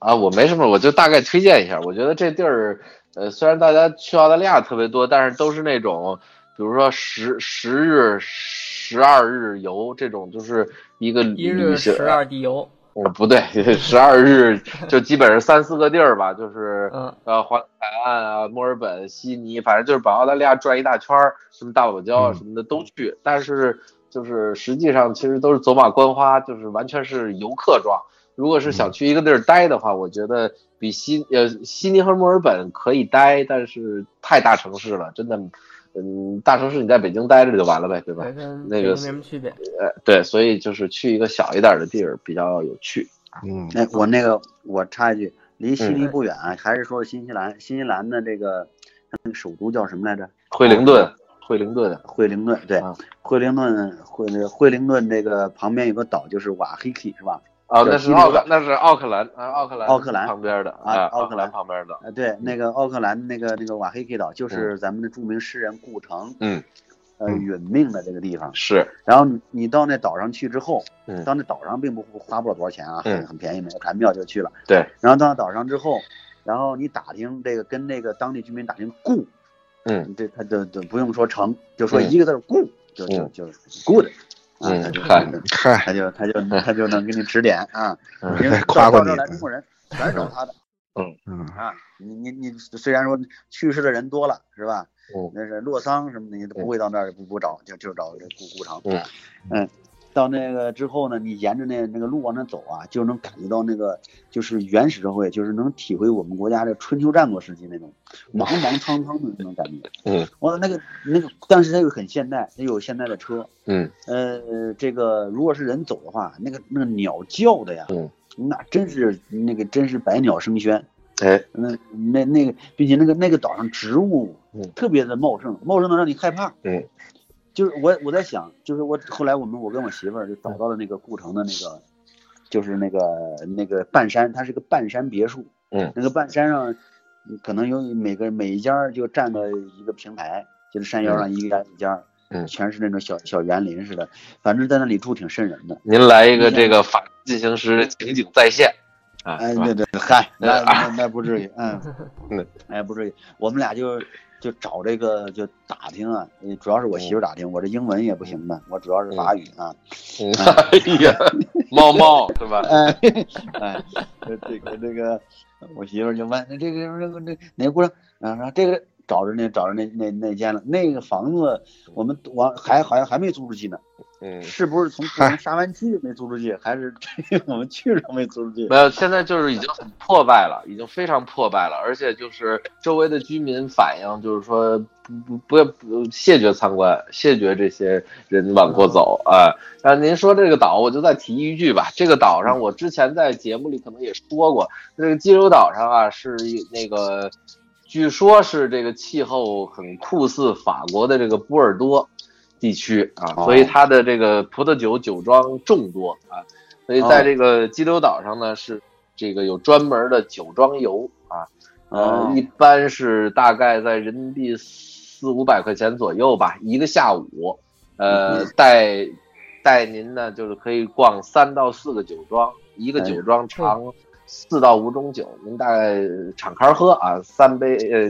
Speaker 5: 啊，我没什么，我就大概推荐一下。我觉得这地儿，呃，虽然大家去澳大利亚特别多，但是都是那种，比如说十十日、十二日游这种，就是一个
Speaker 2: 一
Speaker 5: 旅
Speaker 2: 日
Speaker 5: 行。
Speaker 2: 十二地游，
Speaker 5: 呃不对， 十二日就基本上三四个地儿吧，就是
Speaker 2: 嗯，
Speaker 5: 呃，环海岸啊，墨尔本、悉尼，反正就是把澳大利亚转一大圈儿，什么大堡礁啊
Speaker 4: 嗯
Speaker 5: 什么的都去。但是就是实际上其实都是走马观花，就是完全是游客状。如果是想去一个地儿待的话，我觉得比悉呃悉尼和墨尔本可以待，但是太大城市了，真的，嗯，大城市你在北京待着就完了呗，对吧
Speaker 2: 对，？跟
Speaker 5: 那
Speaker 2: 北京
Speaker 5: 个
Speaker 2: 没
Speaker 5: 是
Speaker 2: 什么区别。
Speaker 5: 呃，对，所以就是去一个小一点的地儿比较有趣。
Speaker 4: 嗯，
Speaker 3: 哎，我那个我插一句，离悉尼
Speaker 2: 嗯
Speaker 3: 不远，啊还是说新西兰，新西兰的这个那个首都叫什么来着？
Speaker 5: 惠灵顿，惠灵顿，
Speaker 3: 惠灵顿，对
Speaker 5: 啊，
Speaker 3: 惠灵顿惠惠灵顿这个旁边有个岛，就是瓦黑基是吧？
Speaker 5: 啊，
Speaker 3: 对
Speaker 5: 那是
Speaker 3: 西里
Speaker 5: 奥克
Speaker 3: 兰，
Speaker 5: 那是奥克兰啊，奥克兰，
Speaker 3: 奥克兰
Speaker 5: 旁边的
Speaker 3: 啊
Speaker 5: 奥
Speaker 3: 奥
Speaker 5: 克
Speaker 3: 克
Speaker 5: 兰
Speaker 3: 兰
Speaker 5: 旁边的，
Speaker 3: 呃，对，那个奥克兰那个那个瓦黑基岛，就是咱们的著名诗人顾城，
Speaker 5: 嗯，
Speaker 3: 呃，
Speaker 4: 嗯
Speaker 3: 殒命的这个地方。
Speaker 5: 是
Speaker 3: 然后你你到那岛上去之后
Speaker 5: 嗯，
Speaker 3: 到那岛上并不花不了多少钱啊，
Speaker 5: 嗯
Speaker 3: 很很便宜，买个船票就去了。
Speaker 5: 对，
Speaker 3: 然后到那岛上之后，然后你打听这个跟那个当地居民打听顾，
Speaker 5: 嗯，
Speaker 3: 这他就就不用说成，就说
Speaker 5: 嗯
Speaker 3: 一个字儿顾，就就
Speaker 5: 嗯
Speaker 3: 就 good，啊，
Speaker 5: 嗯
Speaker 3: 他就
Speaker 5: 嗨
Speaker 4: 嗨，
Speaker 3: 他就他就他就能给你指点 啊，
Speaker 5: 嗯
Speaker 3: 因为到
Speaker 4: 哎夸夸
Speaker 3: 到这儿
Speaker 4: 你啊
Speaker 3: 来中国人全是找他的。
Speaker 4: 嗯，
Speaker 3: 啊，你你你虽然说去世的人多了，是吧？
Speaker 5: 嗯
Speaker 3: 那是洛桑什么的，你都
Speaker 5: 嗯
Speaker 3: 不会到那儿不不找，就就找这顾顾城。
Speaker 5: 嗯
Speaker 3: 嗯到那个之后呢，你沿着那那个路往那走啊，就能感觉到那个就是原始社会，就是能体会我们国家的春秋战国时期那种莽莽苍苍的那种感觉。
Speaker 5: 嗯，
Speaker 3: 哇，那个那个，但是它又很现代，它有现代的车。
Speaker 5: 嗯，
Speaker 3: 呃，这个如果是人走的话，那个那个鸟叫的呀，
Speaker 5: 嗯，
Speaker 3: 那真是那个真是百鸟生喧。
Speaker 5: 哎，
Speaker 3: 那那那个，并且那个那个岛上植物
Speaker 5: 嗯
Speaker 3: 特别的茂盛，茂盛到让你害怕。
Speaker 5: 嗯，
Speaker 3: 就是我我在想，就是我后来我们我跟我媳妇儿就找到了那个故城的那个，就是那个那个半山，它是个半山别墅，
Speaker 5: 嗯，
Speaker 3: 那个半山上嗯可能有每个每一家儿就占个一个平台，就是山腰上一家一家，
Speaker 5: 嗯
Speaker 3: 全是那种小小园林似的，反正在那里住挺瘆人的。
Speaker 5: 您来一个这个法制进行时情景再现，啊，
Speaker 3: 哎，
Speaker 5: 是吧啊
Speaker 3: 那对，嗨，那那那不至于， 嗯
Speaker 5: 嗯，
Speaker 3: 哎，不至于。我们俩就就找这个就打听啊，呃主要是我媳妇儿打听，我这英文也不行的，我主要是法语啊，
Speaker 5: 嗯 哎呀，猫猫是吧？
Speaker 3: 哎哎，这这个这个，我媳妇儿就问那这个这个这哪个姑娘啊？然后这个找着那找着那那那间了，那个房子我们往还好像还没租出去呢，
Speaker 5: 嗯，
Speaker 3: 是不是从从沙湾区没租出去，还是我们去了没租出去
Speaker 5: 没？有，现在就是已经很破败了，已经非常破败了，而且就是周围的居民反映，就是说不不不不谢绝参观，谢绝这些人往过走啊。那、您说这个岛，我就再提一句吧，这个岛上我之前在节目里可能也说过，这个济州岛上啊是一那个，据说是这个气候很酷似法国的这个波尔多地区啊，
Speaker 3: 哦
Speaker 5: 所以它的这个葡萄酒酒庄众多啊，所以在这个济州岛上呢是这个有专门的酒庄游啊，呃
Speaker 3: 哦，
Speaker 5: 一般是大概在人民币四五百块钱左右吧，一个下午，
Speaker 3: 嗯
Speaker 5: 呃，带带您呢就是可以逛三到四个酒庄，一个
Speaker 3: 哎
Speaker 5: 酒庄长四到五种酒，您大概敞开喝啊，三杯呃，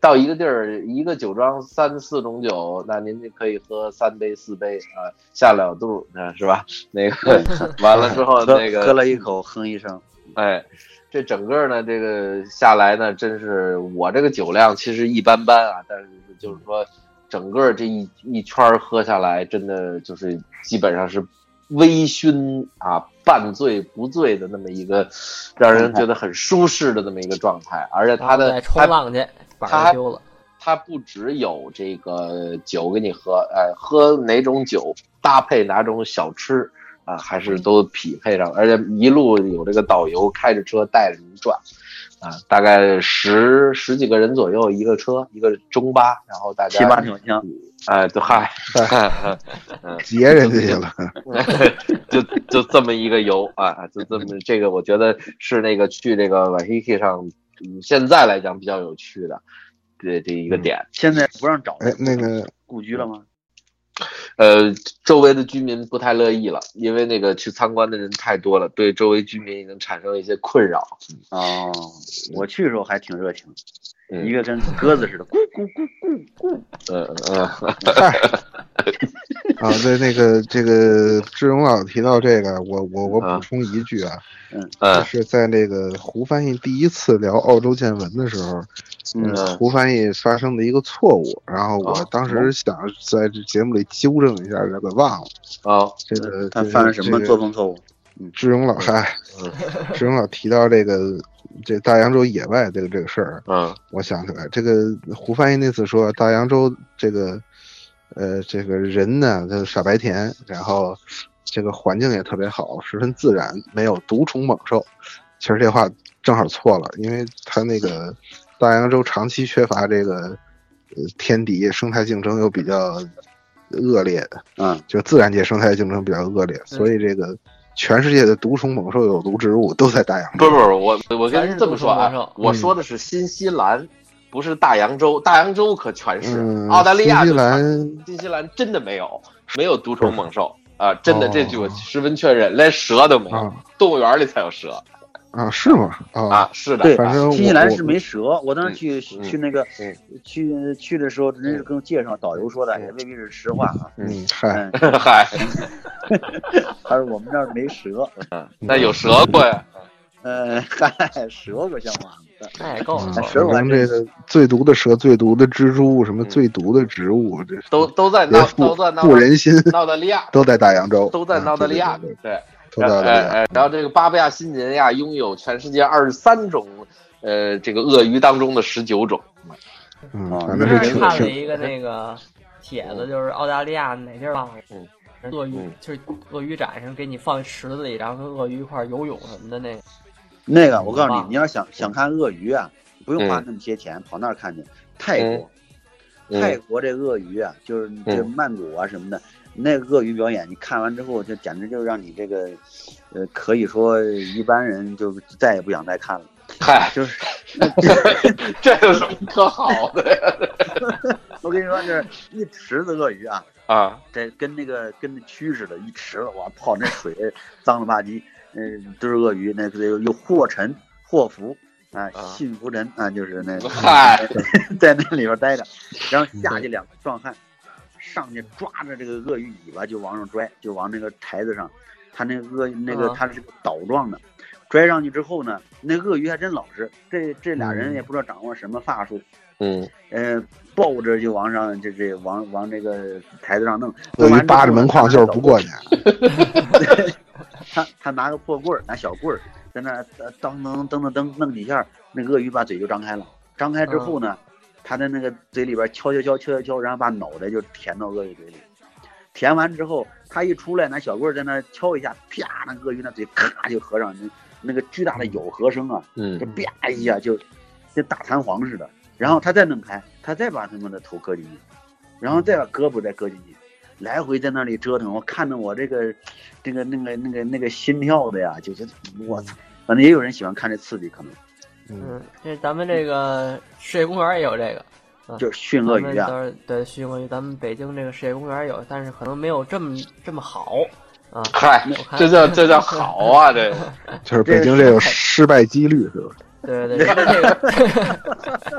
Speaker 5: 到一个地儿一个酒庄三四种酒，那您就可以喝三杯四杯啊，下了肚啊是吧？那个完了之后
Speaker 3: 喝
Speaker 5: 那个
Speaker 3: 喝了一口，哼一声。
Speaker 5: 哎，这整个呢，这个下来呢，真是我这个酒量其实一般般啊，但是就是说，整个这一一圈儿喝下来，真的就是基本上是微醺啊，半醉不醉的那么一个，让人觉得很舒适的那么一个状态，而且它
Speaker 2: 然后
Speaker 5: 的
Speaker 2: 再冲
Speaker 5: 它
Speaker 2: 浪去，板上丢了。
Speaker 5: 它不只有这个酒给你喝，哎，喝哪种酒搭配哪种小吃啊，还是都匹配上，而且一路有这个导游开着车带着你转，啊，大概十十几个人左右一个车，一个中巴，然后大家
Speaker 3: 七八挺香，
Speaker 5: 哎，对，嗨，
Speaker 4: 截人家去了，
Speaker 5: 就就这么一个游啊，就这么这个，我觉得是那个去这个 Waikiki 上，嗯现在来讲比较有趣的这这一个点。
Speaker 3: 现在不让找
Speaker 4: 哎，那个
Speaker 3: 故居了吗？
Speaker 5: 呃，周围的居民不太乐意了，因为那个去参观的人太多了，对周围居民已经产生了一些困扰。
Speaker 3: 哦，我去的时候还挺热情，
Speaker 5: 嗯
Speaker 3: 一个跟鸽子似的，咕咕咕。
Speaker 5: 嗯嗯，
Speaker 4: 啊，对那个这个志荣老提到这个，我我我
Speaker 5: 啊
Speaker 3: 嗯
Speaker 4: 补充一句啊，就
Speaker 5: 嗯
Speaker 4: 是在那个胡翻译第一次聊澳洲见闻的时候，
Speaker 5: 嗯
Speaker 4: 胡翻译发生的一个错误，然后我
Speaker 5: 哦
Speaker 4: 当时想在这节目里纠正一下，这个忘了
Speaker 5: 哦，
Speaker 4: 这个
Speaker 3: 他犯了什么作？风错误？
Speaker 4: 这个志荣老嗨
Speaker 5: 嗯，
Speaker 4: 志荣老提到这个这大洋洲野外这个这个事儿，
Speaker 5: 嗯
Speaker 4: 我想起来，这个胡翻译那次说大洋洲这个，呃，这个人呢，他傻白甜，然后这个环境也特别好，十分自然，没有毒虫猛兽。其实这话正好错了，因为他那个大洋洲长期缺乏这个呃天敌，生态竞争又比较恶劣，
Speaker 3: 嗯，
Speaker 4: 就自然界生态竞争比较恶劣，所以这个全世界的毒虫猛兽、有毒植物都在大洋洲。
Speaker 5: 不是不是，我我
Speaker 2: 全
Speaker 5: 跟
Speaker 2: 是
Speaker 5: 您这么说
Speaker 2: 独生
Speaker 4: 嗯
Speaker 5: 啊
Speaker 2: 魔兽，
Speaker 5: 我说的是新西兰，不是大洋洲，大洋洲可全是，
Speaker 4: 嗯，
Speaker 5: 澳大利亚
Speaker 4: 新西
Speaker 5: 就
Speaker 4: 兰
Speaker 5: 全新西兰真的没有，没有毒虫猛兽啊，真的
Speaker 4: 哦
Speaker 5: 这句我十分确认，连蛇都没有
Speaker 4: 啊，
Speaker 5: 动物园里才有蛇
Speaker 4: 啊，是吗？啊
Speaker 5: 啊，是
Speaker 3: 对
Speaker 5: 的，
Speaker 4: 反
Speaker 5: 啊
Speaker 4: 正我
Speaker 3: 新西兰
Speaker 4: 我
Speaker 3: 是没蛇，我当时去
Speaker 5: 嗯
Speaker 3: 去那个
Speaker 5: 嗯
Speaker 3: 去去的时候，人家跟我介绍导游说的，
Speaker 5: 嗯
Speaker 3: 也未必是实话啊。
Speaker 4: 嗯，嗨，
Speaker 3: 嗯，
Speaker 5: 嗨，
Speaker 3: 他说我们那儿没蛇，
Speaker 5: 那有蛇过呀。
Speaker 3: 呃， 嗨，蛇可像话吗？
Speaker 2: 那也够了
Speaker 4: 嗯，
Speaker 3: 哎蛇我还
Speaker 4: 反正这个最毒的蛇、最毒的蜘蛛、什么
Speaker 5: 嗯
Speaker 4: 最毒的植物，这
Speaker 5: 都都在
Speaker 4: 也
Speaker 5: 闹，
Speaker 4: 富
Speaker 5: 都在闹
Speaker 4: 富人心，
Speaker 5: 澳大利亚，
Speaker 4: 都在大洋洲，
Speaker 5: 都在
Speaker 4: 嗯
Speaker 5: 澳大利亚，
Speaker 4: 对对
Speaker 5: 对，
Speaker 4: 对都在澳大利亚。
Speaker 5: 哎哎，然后这个巴布亚新几内亚拥有全世界二十三种，呃，这个鳄鱼当中的十九种，
Speaker 4: 嗯，
Speaker 3: 哦
Speaker 4: 反
Speaker 2: 那
Speaker 4: 正
Speaker 2: 是
Speaker 4: 是挺
Speaker 2: 看了
Speaker 4: 挺
Speaker 2: 一个那个帖子，就是澳大利亚哪地儿忘了
Speaker 5: 嗯，
Speaker 2: 鳄鱼
Speaker 5: 嗯
Speaker 2: 就是鳄鱼展上给你放池子里，然后跟鳄鱼一块儿游泳什么的那个。
Speaker 3: 那个我告
Speaker 5: 嗯
Speaker 3: 诉
Speaker 2: 哇
Speaker 3: 你，你要想想看鳄鱼啊，不用花那么些钱，跑那儿看去。泰国，
Speaker 5: 嗯
Speaker 3: 泰国这鳄鱼啊，就是这
Speaker 5: 嗯
Speaker 3: 曼谷啊什么的，那个鳄鱼表演，你看完之后，就简直就让你这个，呃，可以说一般人就再也不想再看了。
Speaker 5: 嗨，
Speaker 3: 就是
Speaker 5: 这有什么可好的呀？
Speaker 3: 我跟你说，就是一池子鳄鱼啊，
Speaker 5: 啊，
Speaker 3: 这跟那个跟那蛆似的，一池子，哇泡那水脏了吧唧，嗯、都是鳄鱼，那个有祸臣祸福啊，
Speaker 5: 啊
Speaker 3: 信福臣啊，就是那个
Speaker 5: 嗨，
Speaker 3: 在那里边待着，然后下去两个壮汉上去抓着这个鳄鱼尾巴就往上拽，就往那个台子上，他那个鳄那个
Speaker 2: 啊
Speaker 3: 他是个倒状的，拽上去之后呢，那鳄鱼还真老实，这这俩人也不知道掌握什么法术，
Speaker 5: 嗯，
Speaker 3: 呃，抱着就往上，这这往往这个台子上弄，
Speaker 4: 鳄
Speaker 3: 弄完
Speaker 4: 鱼
Speaker 3: 之
Speaker 4: 扒着
Speaker 3: 后
Speaker 4: 门框就是不过去。
Speaker 3: 他他拿个破棍儿，拿小棍儿，在那儿呃当当当当当弄几下，那鳄鱼把嘴就张开了。张开之后呢，
Speaker 4: 嗯
Speaker 3: 他在那个嘴里边敲敲敲敲敲敲，然后把脑袋就填到鳄鱼嘴里。填完之后，他一出来，拿小棍儿在那儿敲一下，啪，那鳄鱼那嘴咔就合上，那那个巨大的咬合声啊，
Speaker 5: 嗯
Speaker 3: 就啪一下就跟打弹簧似的。然后他再弄开，他再把他们的头搁进去，然后再把胳膊再搁进去，来回在那里折腾。我看着我这个这个那个那个那个心跳的呀，就觉得我操！反正也有人喜欢看这刺激，可能
Speaker 2: 嗯，这咱们这个世界公园也有这个。
Speaker 3: 就是驯鳄鱼
Speaker 2: 咱
Speaker 3: 啊，
Speaker 2: 们对，徐公园，咱们北京这个世界公园有，但是可能没有这么这么好啊。
Speaker 5: 嗨，这叫这叫好啊，这个
Speaker 4: 就是北京这个失败几率是吧？
Speaker 2: 对对对，这个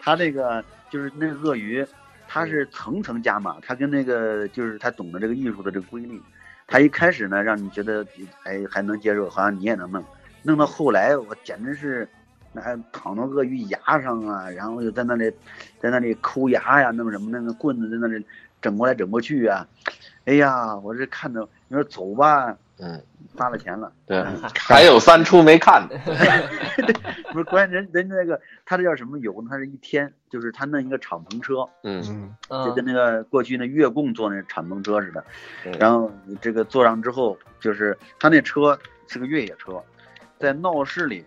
Speaker 3: 他这个就是那个鳄鱼，它是层层加码，它跟那个就是它懂得这个艺术的这个规律。它一开始呢，让你觉得哎还能接受，好像你也能弄，弄到后来我简直是，那还躺到鳄鱼牙上啊，然后就在那里，在那里抠牙呀，弄什么那个棍子在那里整过来整过去啊，哎呀，我这看着你说走吧，
Speaker 5: 嗯，
Speaker 3: 花了钱了，
Speaker 5: 对，还有三出没看呢，
Speaker 3: 不是关键人人家那个他这叫什么油呢？他是一天，就是他弄一个敞篷车，
Speaker 5: 嗯，
Speaker 4: 嗯，
Speaker 3: 就跟
Speaker 2: 嗯，
Speaker 3: 那个过去那越共坐那敞篷车似的
Speaker 5: 嗯。
Speaker 3: 然后这个坐上之后，就是他那车是个越野车，在闹市里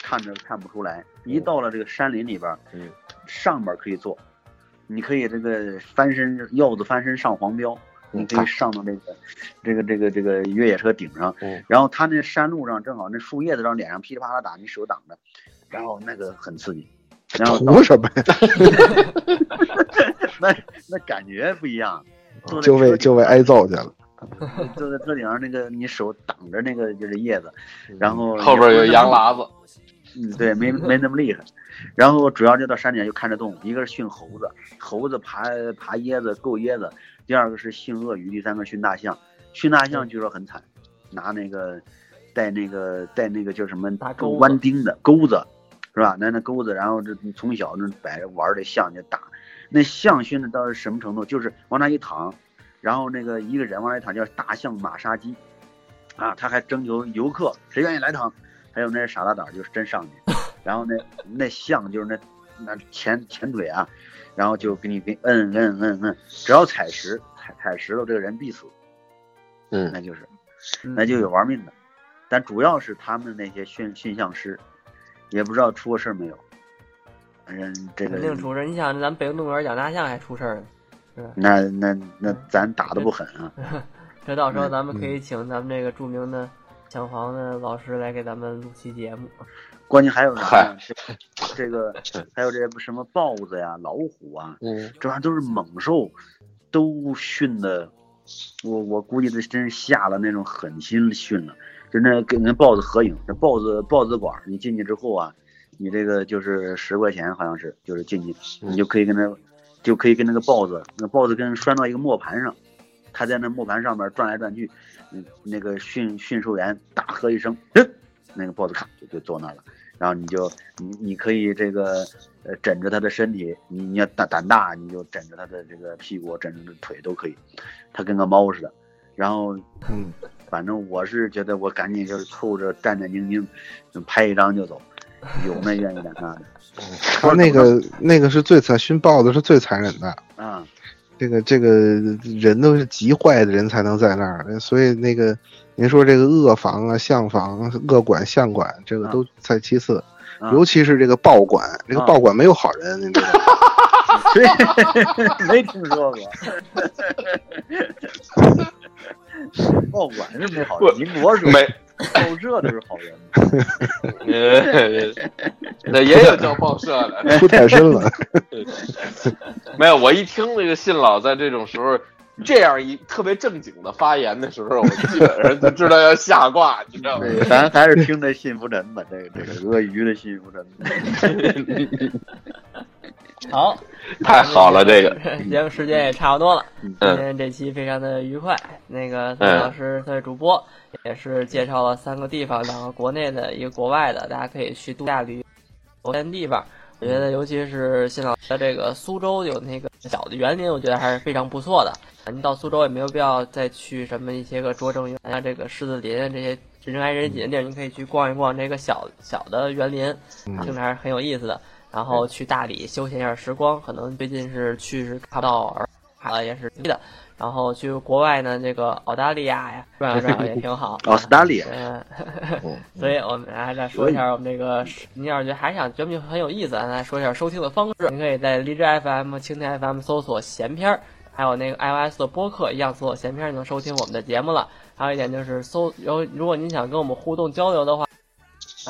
Speaker 3: 看着看不出来，一到了这个山林里边，
Speaker 5: 嗯，
Speaker 3: 上边可以坐，你可以这个翻身鹞子翻身上黄标，
Speaker 5: 嗯
Speaker 3: 你可以上到这个这个这个这个越野车顶上
Speaker 5: 嗯，
Speaker 3: 然后他那山路上正好那树叶子让脸上噼里啪啦打，你手挡着，然后那个很刺激。然后到
Speaker 4: 图什么呀？
Speaker 3: 那那感觉不一样，坐在
Speaker 4: 啊
Speaker 3: 车
Speaker 4: 就为
Speaker 3: 顶
Speaker 4: 就为挨揍去了。
Speaker 3: 坐在车顶上，那个你手挡着那个就是叶子，
Speaker 4: 嗯
Speaker 3: 然后
Speaker 5: 嗯后边有羊喇子，
Speaker 3: 嗯，对，没没那么厉害。然后主要就到山顶就看着动物，一个是训猴子，猴子爬爬椰子够椰子；第二个是训鳄鱼，第三个训大象。训大象据说很惨，拿那个带那个带那个叫什么
Speaker 2: 大钩子
Speaker 3: 弯钉的钩子，是吧？那那钩子，然后这从小就摆着玩儿这象就打，那象训的到什么程度？就是往那一躺，然后那个一个人往那一躺叫大象马杀鸡，啊，他还征求游客谁愿意来躺，还有那傻大胆儿就是真上去，然后那那象就是那那前前腿啊，然后就给你给你摁摁摁摁，只要踩实踩踩石头，这个人必死，
Speaker 5: 嗯
Speaker 3: 那就是
Speaker 2: 嗯
Speaker 3: 那就有玩命的，但主要是他们那些驯驯象师，也不知道出过事儿没有，反正这个
Speaker 2: 肯定出事儿。你想，咱北京动物园养大象还出事儿呢，
Speaker 3: 那那那
Speaker 2: 嗯
Speaker 3: 咱打的不狠啊，
Speaker 2: 这到时候咱们可以请咱们这个著名的抢房的老师来给咱们录期节目。
Speaker 3: 关键还有啥
Speaker 5: 嗨
Speaker 3: 呀？这这个还有这什么豹子呀、老虎啊，
Speaker 5: 嗯，
Speaker 3: 这玩意儿都是猛兽，都训的，我我估计这真是下了那种狠心训了，就那跟那豹子合影，这豹子豹子馆儿，你进去之后啊，你这个就是十块钱好像是，就是进去
Speaker 5: 嗯
Speaker 3: 你就可以跟那，就可以跟那个豹子，那豹子跟拴到一个磨盘上，它在那磨盘上面转来转去，嗯，那个驯驯兽员大喝一声，嗯，那个豹子咔就就坐那儿了。然后你就你你可以这个呃枕着它的身体，你你要胆胆大，你就枕着它的这个屁股，枕着腿都可以，它跟个猫似的。然后
Speaker 4: 嗯，
Speaker 3: 反正我是觉得我赶紧就是凑着战战兢兢，就拍一张就走，有那愿意干啥的啊
Speaker 4: 他那个那个是最残，熏豹子是最残忍的。
Speaker 3: 啊，
Speaker 4: 这个这个人都是极坏的人才能在那儿，所以那个您说这个恶房啊、象房、恶管、象管，这个都在其次。
Speaker 3: 嗯
Speaker 4: 尤其是这个报馆，这个
Speaker 3: 嗯
Speaker 4: 报馆没有好人，你知道吗？
Speaker 3: 所以 没听说过。报馆是没好人，民国是
Speaker 5: 没，
Speaker 3: 报社的是好人。
Speaker 5: 呃 那也有叫报社的。
Speaker 4: 出太深了，
Speaker 5: 没有，我一听那个信老在这种时候这样一特别正经的发言的时候，我基本上就知道要下挂，你知道吗？
Speaker 3: 对，咱还是听这信福臣吧，这个这个鳄鱼的信福臣。。
Speaker 2: 好，
Speaker 5: 太好 了，这个，
Speaker 2: 节目时间也差不多了，今
Speaker 5: 嗯，
Speaker 2: 天这期非常的愉快。那个
Speaker 5: 嗯
Speaker 2: 孙老师作为主播，也是介绍了三个地方，两个国内的，一个国外的，大家可以去度假旅游的地方。我觉
Speaker 5: 嗯
Speaker 2: 得，尤其是新老师的这个苏州有那个小的园林，我觉得还是非常不错的。您到苏州也没有必要再去什么一些个拙政园啊、这个狮子林啊这些人挨人挤的地儿，您可以去逛一逛这个小小的园林，
Speaker 4: 嗯
Speaker 2: 听着还是很有意思的。然后去大理休闲一下时光，可能最近是去是看不到洱海了，也是低的。然后去国外呢，这个澳大利亚呀，转悠转悠也挺好
Speaker 3: 哦，斯大利，
Speaker 2: 嗯，
Speaker 3: 嗯
Speaker 2: 所以我们来再说一下我们这个，您要是觉得还想觉得很有意思，咱来说一下收听的方式。您可以在荔枝 FM、蜻蜓 FM 搜索“闲篇儿”，还有那个 iOS 的播客一样搜索“闲篇儿”就能收听我们的节目了。还有一点就是搜，有如果您想跟我们互动交流的话，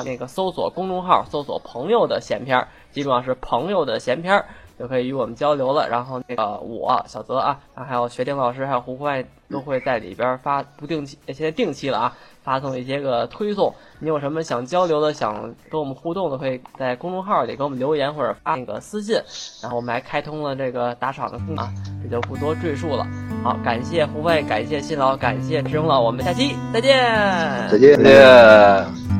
Speaker 2: 那个搜索公众号，搜索“朋友的闲篇儿”，基本上是“朋友的闲篇儿”就可以与我们交流了。然后那个我小泽啊，然后还有学丁老师，还有胡快都会在里边儿发不定期，现在定期了啊，发送一些个推送。你有什么想交流的、想跟我们互动的，可以在公众号里给我们留言或者发那个私信。然后我们还开通了这个打赏的功能啊，这就不多赘述了。好，感谢胡快，感谢新老，感谢志勇老，我们下期再见。
Speaker 4: 再见
Speaker 5: 谢谢。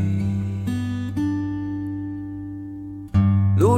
Speaker 1: 路